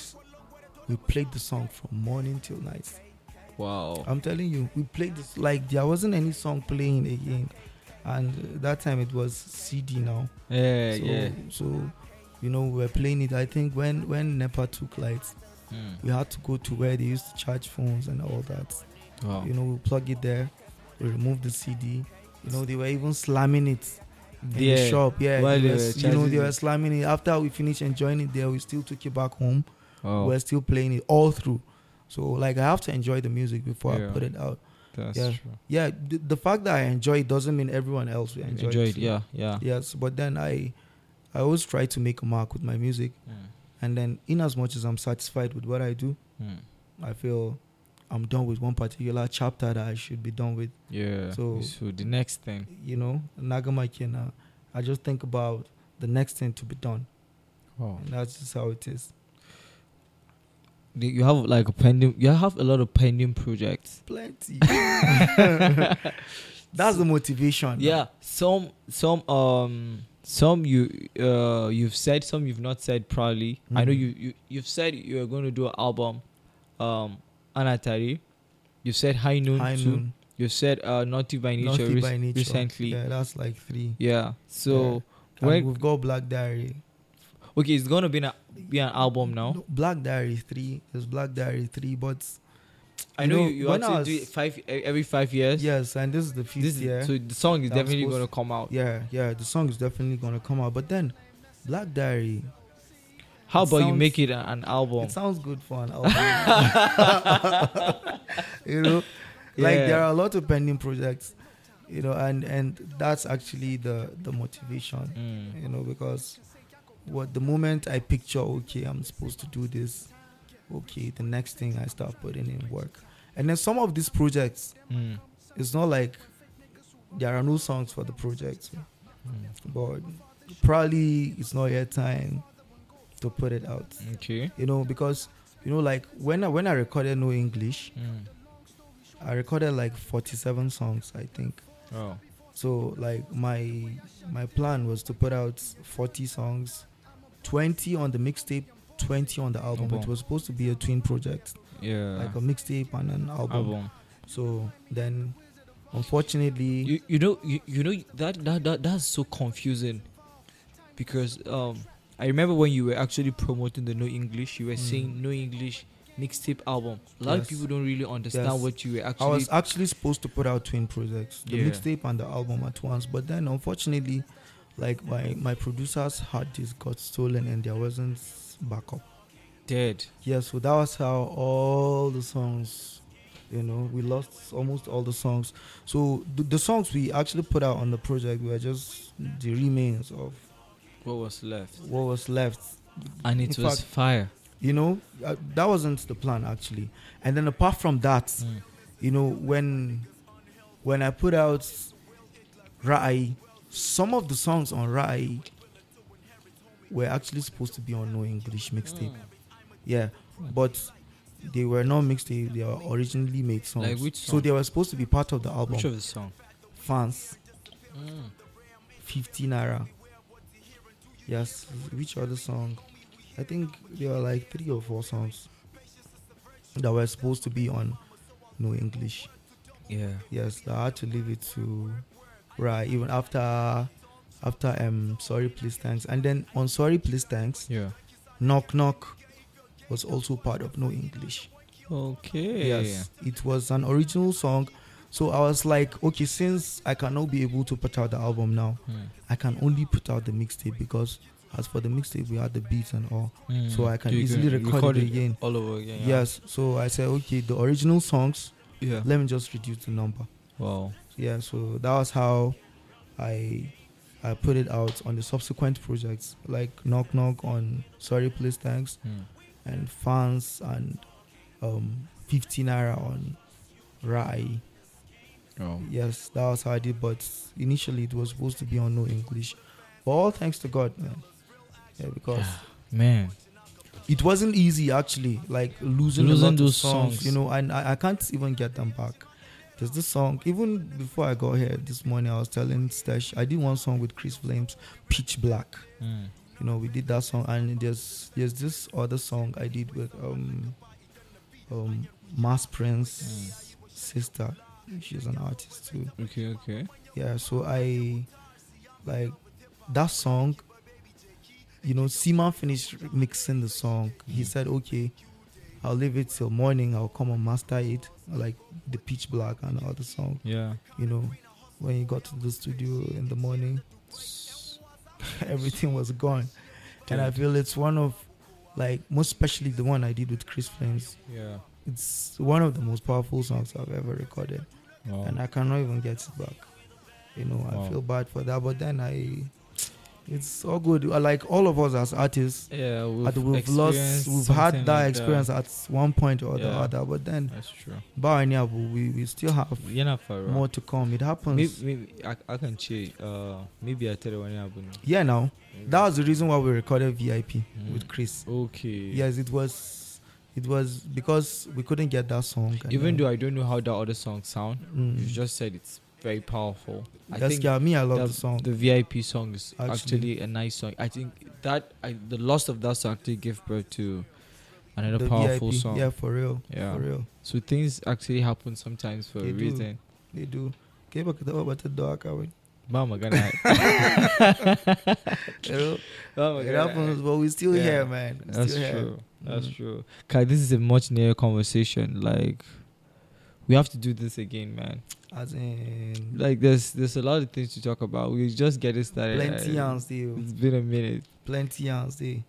[SPEAKER 2] we played the song from morning till night
[SPEAKER 1] Wow.
[SPEAKER 2] I'm telling you, we played this like there wasn't any song playing again, and uh, that time it was CD now.
[SPEAKER 1] yeah.
[SPEAKER 2] so,
[SPEAKER 1] yeah.
[SPEAKER 2] So, you know, we were playing it. I think when when Nepa took lights,
[SPEAKER 1] Mm.
[SPEAKER 2] we had to go to where they used to charge phones and all that.
[SPEAKER 1] Wow.
[SPEAKER 2] You know, we plug it there, we remove the CD. You know, they were even slamming it in the
[SPEAKER 1] Yeah.
[SPEAKER 2] shop. Yeah,
[SPEAKER 1] While they
[SPEAKER 2] they were-
[SPEAKER 1] were
[SPEAKER 2] you know,
[SPEAKER 1] charging
[SPEAKER 2] they were
[SPEAKER 1] it.
[SPEAKER 2] slamming it. After we finished enjoying it there, we still took it back home
[SPEAKER 1] Wow.
[SPEAKER 2] we're still playing it all through. So like I have to enjoy the music before I
[SPEAKER 1] Yeah.
[SPEAKER 2] put it out.
[SPEAKER 1] That's
[SPEAKER 2] Yeah.
[SPEAKER 1] true.
[SPEAKER 2] Yeah, the, the fact that I enjoy it doesn't mean everyone else will enjoy,
[SPEAKER 1] Enjoyed,
[SPEAKER 2] it. too.
[SPEAKER 1] yeah, yeah.
[SPEAKER 2] Yes, but then I, I always try to make a mark with my music,
[SPEAKER 1] Hmm.
[SPEAKER 2] and then in as much as I'm satisfied with what I do,
[SPEAKER 1] Mm.
[SPEAKER 2] I feel I'm done with one particular chapter that I should be done with.
[SPEAKER 1] Yeah.
[SPEAKER 2] So-
[SPEAKER 1] So, the next thing.
[SPEAKER 2] You know, Nagama Kena. I just think about the next thing to be done,
[SPEAKER 1] Wow.
[SPEAKER 2] and that's just how it is.
[SPEAKER 1] You have like a pending. You have a lot of pending projects.
[SPEAKER 2] Plenty. that's the motivation.
[SPEAKER 1] Yeah. Some some um some you uh you've said some you've not said proudly. I know
[SPEAKER 2] Mhm.
[SPEAKER 1] you you you've said you're going to do an album, um, Anatari. You've said High Noon
[SPEAKER 2] High
[SPEAKER 1] too.
[SPEAKER 2] noon.
[SPEAKER 1] You've said uh Naughty by Nature,
[SPEAKER 2] Naughty
[SPEAKER 1] rec-
[SPEAKER 2] by Nature.
[SPEAKER 1] recently. Yeah.
[SPEAKER 2] Yeah, that's like three.
[SPEAKER 1] So
[SPEAKER 2] And
[SPEAKER 1] when-
[SPEAKER 2] we've got Black Diary.
[SPEAKER 1] okay, it's gonna be an be an album now.
[SPEAKER 2] No, Black Diary three is Black Diary three, but
[SPEAKER 1] I
[SPEAKER 2] You
[SPEAKER 1] know,
[SPEAKER 2] know,
[SPEAKER 1] you, you
[SPEAKER 2] when I
[SPEAKER 1] actually do
[SPEAKER 2] was-
[SPEAKER 1] it five e- every five years.
[SPEAKER 2] yes, and this is the fifth
[SPEAKER 1] This is,
[SPEAKER 2] year.
[SPEAKER 1] So the song is
[SPEAKER 2] That I'm
[SPEAKER 1] definitely
[SPEAKER 2] supposed
[SPEAKER 1] gonna come out.
[SPEAKER 2] yeah, yeah, the song is definitely gonna come out. But then, Black Diary,
[SPEAKER 1] How
[SPEAKER 2] It
[SPEAKER 1] about you
[SPEAKER 2] sounds-
[SPEAKER 1] make it a- an album?
[SPEAKER 2] it sounds good for an album. you know, like
[SPEAKER 1] Yeah.
[SPEAKER 2] there are a lot of pending projects, you know, and and that's actually the the motivation,
[SPEAKER 1] Mm.
[SPEAKER 2] you know, because what the moment I picture, okay, I'm supposed to do this, okay, the next thing I start putting in work, and then some of these projects.
[SPEAKER 1] Mm.
[SPEAKER 2] it's not like there are no songs for the project,
[SPEAKER 1] mm,
[SPEAKER 2] but probably it's not yet time to put it out.
[SPEAKER 1] Okay.
[SPEAKER 2] You know, because you know, like when I when I recorded No English,
[SPEAKER 1] Mm.
[SPEAKER 2] I recorded like forty-seven songs, I think.
[SPEAKER 1] Oh.
[SPEAKER 2] So like my my plan was to put out 40 songs, 20 on the mixtape, 20 on the album.
[SPEAKER 1] Album.
[SPEAKER 2] It was supposed to be a twin project,
[SPEAKER 1] Yeah.
[SPEAKER 2] like a mixtape and an album.
[SPEAKER 1] album.
[SPEAKER 2] So then, unfortunately,
[SPEAKER 1] You, you know you, you know that, that that that's so confusing because um I remember when you were actually promoting the No English, you were
[SPEAKER 2] Mm.
[SPEAKER 1] saying No English mixtape album. A lot of
[SPEAKER 2] Yes.
[SPEAKER 1] people don't really understand
[SPEAKER 2] Yes.
[SPEAKER 1] what you were
[SPEAKER 2] I
[SPEAKER 1] actually.
[SPEAKER 2] was actually supposed to put out twin projects, the
[SPEAKER 1] Yeah.
[SPEAKER 2] mixtape and the album at once. But then, unfortunately, like my my producer's hard disk got stolen and there wasn't backup.
[SPEAKER 1] dead.
[SPEAKER 2] Yeah, so that was how all the songs, you know, we lost almost all the songs. So the, the songs we actually put out on the project were just the remains of
[SPEAKER 1] What was left?
[SPEAKER 2] what was left.
[SPEAKER 1] And it
[SPEAKER 2] In
[SPEAKER 1] was fire.
[SPEAKER 2] You know, uh, that wasn't the plan actually. And then apart from that,
[SPEAKER 1] Mm.
[SPEAKER 2] you know, when when I put out Rai, some of the songs on Rai were actually supposed to be on No English
[SPEAKER 1] Mm.
[SPEAKER 2] mixtape. Yeah, but they were not mixtape. They were originally made songs.
[SPEAKER 1] Like which
[SPEAKER 2] So
[SPEAKER 1] song?
[SPEAKER 2] they were supposed to be part of the album.
[SPEAKER 1] Which of the song?
[SPEAKER 2] Fans, fifteen naira. Yes. Which other song? I think there were like three or four songs that were supposed to be on No English.
[SPEAKER 1] Yeah.
[SPEAKER 2] Yes, I had to leave it to right even after after um sorry please thanks and then on sorry please thanks
[SPEAKER 1] Yeah.
[SPEAKER 2] knock knock was also part of no english
[SPEAKER 1] Okay.
[SPEAKER 2] Yes, it was an original song. So I was like, okay, since I cannot be able to put out the album now,
[SPEAKER 1] Mm.
[SPEAKER 2] I can only put out the mixtape because as for the mixtape, we had the beats and all.
[SPEAKER 1] Mm.
[SPEAKER 2] So I can
[SPEAKER 1] You
[SPEAKER 2] easily record, it again.
[SPEAKER 1] all over again.
[SPEAKER 2] Yes. So I said, okay, the original songs,
[SPEAKER 1] Yeah.
[SPEAKER 2] let me just reduce the number.
[SPEAKER 1] Wow.
[SPEAKER 2] Yeah. So that was how I I put it out on the subsequent projects like Knock Knock on Sorry Please Thanks
[SPEAKER 1] Mm.
[SPEAKER 2] and fans and um 15 naira on Rai.
[SPEAKER 1] Oh.
[SPEAKER 2] Yes, that was how I did, but initially it was supposed to be on no English. But all thanks to God, man. Yeah, because
[SPEAKER 1] Man.
[SPEAKER 2] it wasn't easy actually, like losing, a
[SPEAKER 1] Losing
[SPEAKER 2] lot of
[SPEAKER 1] those
[SPEAKER 2] songs,
[SPEAKER 1] songs.
[SPEAKER 2] you know, and I, I can't even get them back. There's this song, even before I got here this morning, I was telling Stash, I did one song with Chris Flames, Pitch Black.
[SPEAKER 1] Mm.
[SPEAKER 2] you know we did that song and there's there's this other song i did with um um mass prince
[SPEAKER 1] Mm.
[SPEAKER 2] sister she's an artist too
[SPEAKER 1] Okay. Okay.
[SPEAKER 2] yeah so i like that song you know seaman finished mixing the song he
[SPEAKER 1] Mm.
[SPEAKER 2] said okay i'll leave it till morning i'll come and master it like the pitch black and all the song
[SPEAKER 1] Yeah.
[SPEAKER 2] you know when he got to the studio in the morning everything was gone. And I
[SPEAKER 1] Dude.
[SPEAKER 2] feel it's one of like most especially the one I did with Chris Flames.
[SPEAKER 1] Yeah.
[SPEAKER 2] It's one of the most powerful songs I've ever recorded.
[SPEAKER 1] Wow.
[SPEAKER 2] And I cannot even get it back. You know,
[SPEAKER 1] Wow.
[SPEAKER 2] I feel bad for that. But then I it's all good. Uh, Like all of us as artists,
[SPEAKER 1] yeah. We've,
[SPEAKER 2] at- we've lost
[SPEAKER 1] experienced
[SPEAKER 2] we've
[SPEAKER 1] something
[SPEAKER 2] had that
[SPEAKER 1] like
[SPEAKER 2] experience at one point or the
[SPEAKER 1] Yeah.
[SPEAKER 2] other. But then
[SPEAKER 1] That's true.
[SPEAKER 2] bar any other, we we still have
[SPEAKER 1] You're not far wrong.
[SPEAKER 2] more to come. It happens.
[SPEAKER 1] Maybe, maybe I, I can cheat. Uh, maybe I tell you when it happened.
[SPEAKER 2] yeah now. That was the reason why we recorded VIP
[SPEAKER 1] Mm.
[SPEAKER 2] with Chris.
[SPEAKER 1] okay.
[SPEAKER 2] Yes, it was. It was because we couldn't get that song.
[SPEAKER 1] Even though I don't know how that other song sound, you
[SPEAKER 2] mm,
[SPEAKER 1] just said it's very powerful. I
[SPEAKER 2] that's
[SPEAKER 1] think
[SPEAKER 2] yeah, me, I love
[SPEAKER 1] the,
[SPEAKER 2] the song.
[SPEAKER 1] the VIP song is actually,
[SPEAKER 2] Actually.
[SPEAKER 1] a nice song. I think that I, the loss of that song actually gave birth to another
[SPEAKER 2] The
[SPEAKER 1] powerful
[SPEAKER 2] VIP,
[SPEAKER 1] song.
[SPEAKER 2] Yeah, for real.
[SPEAKER 1] Yeah.
[SPEAKER 2] for real.
[SPEAKER 1] So things actually happen sometimes for
[SPEAKER 2] They
[SPEAKER 1] a
[SPEAKER 2] do.
[SPEAKER 1] reason.
[SPEAKER 2] They do. Ke baka taɓa bata dawa kawai.
[SPEAKER 1] Mama gonna.
[SPEAKER 2] You know,
[SPEAKER 1] Mama
[SPEAKER 2] it
[SPEAKER 1] gonna.
[SPEAKER 2] happens, but we still
[SPEAKER 1] Oh, Yeah.
[SPEAKER 2] here, man. We're
[SPEAKER 1] That's
[SPEAKER 2] still here.
[SPEAKER 1] true. That's
[SPEAKER 2] Mm.
[SPEAKER 1] true. Kai, this is a much nearer conversation. Like, we have to do this again, man.
[SPEAKER 2] As in,
[SPEAKER 1] Like, there's there's a lot of things to talk about. We just get it started.
[SPEAKER 2] plenty
[SPEAKER 1] I-
[SPEAKER 2] hands there.
[SPEAKER 1] It's been a minute.
[SPEAKER 2] Plenty hands there.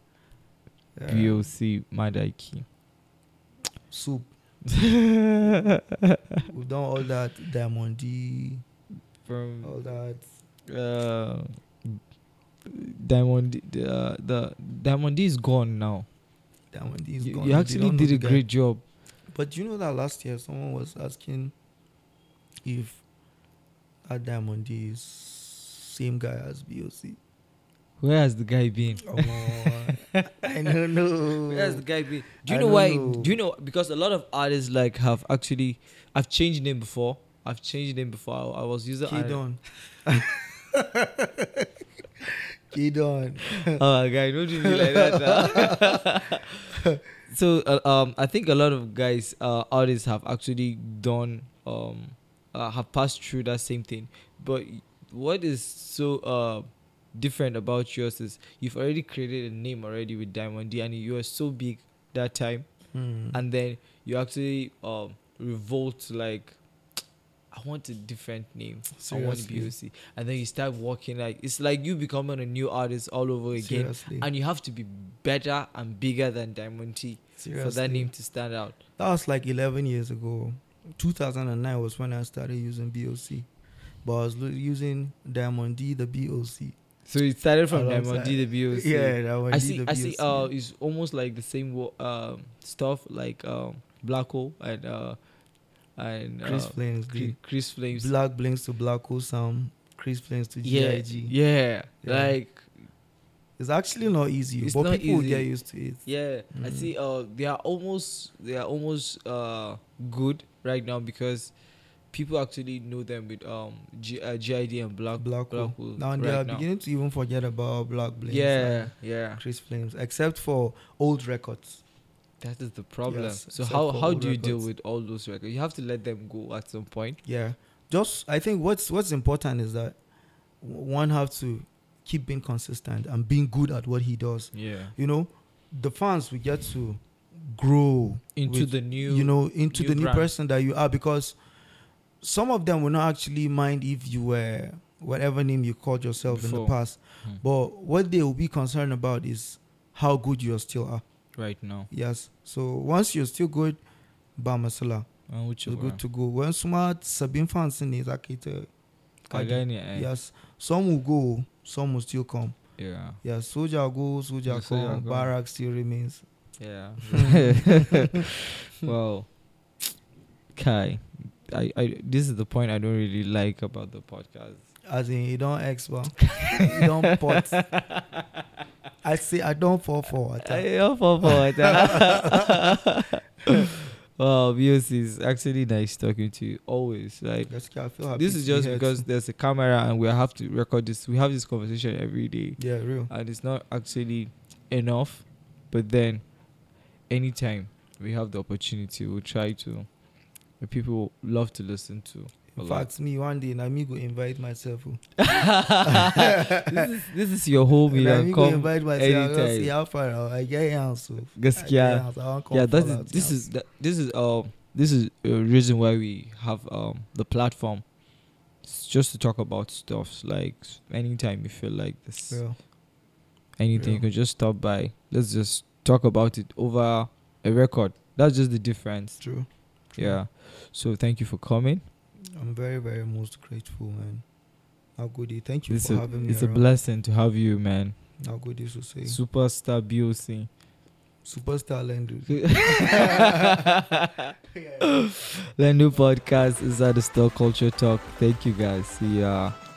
[SPEAKER 2] Yeah.
[SPEAKER 1] VOC Madaiki.
[SPEAKER 2] Soup. We've done all that. Diamond D, all
[SPEAKER 1] From
[SPEAKER 2] that. Oh.
[SPEAKER 1] uh, Diamond, D- uh, the Diamond D is gone now.
[SPEAKER 2] Diamond D is
[SPEAKER 1] You,
[SPEAKER 2] gone.
[SPEAKER 1] you
[SPEAKER 2] They
[SPEAKER 1] actually
[SPEAKER 2] don't know
[SPEAKER 1] did
[SPEAKER 2] the
[SPEAKER 1] a
[SPEAKER 2] guy.
[SPEAKER 1] great job.
[SPEAKER 2] But you know that last year someone was asking if that diamond is same guy as BOC.
[SPEAKER 1] Where has the guy been?
[SPEAKER 2] Omo, I don't know.
[SPEAKER 1] Where has the guy been? Do you
[SPEAKER 2] I
[SPEAKER 1] know
[SPEAKER 2] don't
[SPEAKER 1] why?
[SPEAKER 2] know.
[SPEAKER 1] Do you know because a lot of artists like have actually I've changed name before. I've changed name before. I, I was using I,
[SPEAKER 2] Kidon. Kidon.
[SPEAKER 1] Oh, guy, don't do me like that. now. so, uh, um, I think a lot of guys, uh, artists have actually done, um, uh, have passed through that same thing. But what is so uh different about yours is you've already created a name already with Diamond D, and you are so big that time,
[SPEAKER 2] Hmm.
[SPEAKER 1] and then you actually um revolt like. I want a different name. I want
[SPEAKER 2] Seriously.
[SPEAKER 1] BOC. And then you start working like it's like you becoming a new artist all over again.
[SPEAKER 2] Seriously.
[SPEAKER 1] And you have to be better and bigger than Diamond T for
[SPEAKER 2] Seriously.
[SPEAKER 1] that name to stand out.
[SPEAKER 2] That was like 11 years ago. 2009 was when I started using BOC. But I was lo- using Diamond D, the BOC.
[SPEAKER 1] So it started from
[SPEAKER 2] Alongside-
[SPEAKER 1] Diamond D the BOC.
[SPEAKER 2] Yeah, Diamond
[SPEAKER 1] I
[SPEAKER 2] D,
[SPEAKER 1] see
[SPEAKER 2] the
[SPEAKER 1] I see
[SPEAKER 2] BOC.
[SPEAKER 1] uh it's almost like the same wo- um stuff like um Black Hole and uh and uh,
[SPEAKER 2] Chris Flames,
[SPEAKER 1] Chris,
[SPEAKER 2] dude.
[SPEAKER 1] Chris Flames.
[SPEAKER 2] Black Blinks to Black Sam. Chris Flames to
[SPEAKER 1] yeah,
[SPEAKER 2] GIG.
[SPEAKER 1] yeah.
[SPEAKER 2] Yeah.
[SPEAKER 1] Like
[SPEAKER 2] It's actually not easy,
[SPEAKER 1] It's
[SPEAKER 2] but
[SPEAKER 1] not
[SPEAKER 2] people will
[SPEAKER 1] easy.
[SPEAKER 2] get used to it.
[SPEAKER 1] Yeah, I
[SPEAKER 2] Mm.
[SPEAKER 1] see. Uh, they are almost they are almost uh good right now because people actually know them with um G, uh, GID and Black
[SPEAKER 2] Black
[SPEAKER 1] Black
[SPEAKER 2] Hole.
[SPEAKER 1] Hole
[SPEAKER 2] Now they
[SPEAKER 1] right
[SPEAKER 2] are beginning to even forget about Black Blinks.
[SPEAKER 1] Yeah,
[SPEAKER 2] and
[SPEAKER 1] yeah.
[SPEAKER 2] Chris Flames, except for old records.
[SPEAKER 1] That is the problem.
[SPEAKER 2] Yes,
[SPEAKER 1] so
[SPEAKER 2] except
[SPEAKER 1] how
[SPEAKER 2] for
[SPEAKER 1] how
[SPEAKER 2] old
[SPEAKER 1] do you deal
[SPEAKER 2] records.
[SPEAKER 1] with all those records? You have to let them go at some point.
[SPEAKER 2] Yeah. Just I think what's what's important is that w- one have to keep being consistent and being good at what he does.
[SPEAKER 1] Yeah,
[SPEAKER 2] You know, the fans will get to grow
[SPEAKER 1] into
[SPEAKER 2] with-
[SPEAKER 1] the new.
[SPEAKER 2] you know into
[SPEAKER 1] new
[SPEAKER 2] the new
[SPEAKER 1] brand.
[SPEAKER 2] person that you are because some of them will not actually mind if you were whatever name you called yourself in
[SPEAKER 1] Before.
[SPEAKER 2] the past
[SPEAKER 1] Hmm.
[SPEAKER 2] but what they will be concerned about is how good you still are
[SPEAKER 1] right now.
[SPEAKER 2] yes so once you're still good bamasala
[SPEAKER 1] Uh, which
[SPEAKER 2] you're good to go when smart sabine fans in it like it uh,
[SPEAKER 1] yeah,
[SPEAKER 2] yes some will go some will still come
[SPEAKER 1] yeah,
[SPEAKER 2] yes soldier go soldier
[SPEAKER 1] Yeah,
[SPEAKER 2] come
[SPEAKER 1] soldier come.
[SPEAKER 2] barrack still remains
[SPEAKER 1] yeah. well, Kai, I, I this is the point I don't really like about the podcast.
[SPEAKER 2] As in, you don't X well. you don't pot. I say I don't fall for
[SPEAKER 1] I
[SPEAKER 2] it.
[SPEAKER 1] don't fall for it. Wow, BOC is actually nice talking to you always. Like
[SPEAKER 2] That's okay, I feel happy.
[SPEAKER 1] this
[SPEAKER 2] to
[SPEAKER 1] is
[SPEAKER 2] be
[SPEAKER 1] just
[SPEAKER 2] here
[SPEAKER 1] because
[SPEAKER 2] too.
[SPEAKER 1] there's a camera and we have to record this. We have this conversation every day,
[SPEAKER 2] Yeah, real.
[SPEAKER 1] and it's not actually enough. But then, anytime we have the opportunity, we'll try to. The people love to listen to.
[SPEAKER 2] In
[SPEAKER 1] a lot.
[SPEAKER 2] fact, me one day, na me go invite myself. oh.
[SPEAKER 1] this, is, this is your home. You
[SPEAKER 2] Na
[SPEAKER 1] can
[SPEAKER 2] me go
[SPEAKER 1] come.
[SPEAKER 2] invite myself. I just
[SPEAKER 1] anytime.
[SPEAKER 2] see how far I I get hands. oh. I get
[SPEAKER 1] Gaskiya.
[SPEAKER 2] hands, I want come
[SPEAKER 1] yeah that
[SPEAKER 2] fall
[SPEAKER 1] is
[SPEAKER 2] out,
[SPEAKER 1] this
[SPEAKER 2] yeah.
[SPEAKER 1] is that, this is um this is a reason why we have um the platform it's just to talk about stuff like s- anytime you feel like this
[SPEAKER 2] Real.
[SPEAKER 1] anything
[SPEAKER 2] yeah.
[SPEAKER 1] you can just stop by let's just talk about it over a record that's just the difference
[SPEAKER 2] True. True.
[SPEAKER 1] yeah so thank you for coming
[SPEAKER 2] I'm very, very most grateful, man. Now good day. Thank you
[SPEAKER 1] it's
[SPEAKER 2] for
[SPEAKER 1] a,
[SPEAKER 2] having me.
[SPEAKER 1] it's a
[SPEAKER 2] around.
[SPEAKER 1] blessing to have you man
[SPEAKER 2] Now good day, so say.
[SPEAKER 1] superstar boc
[SPEAKER 2] Superstar Lendu.
[SPEAKER 1] the new podcast is at the store culture talk thank you guys see ya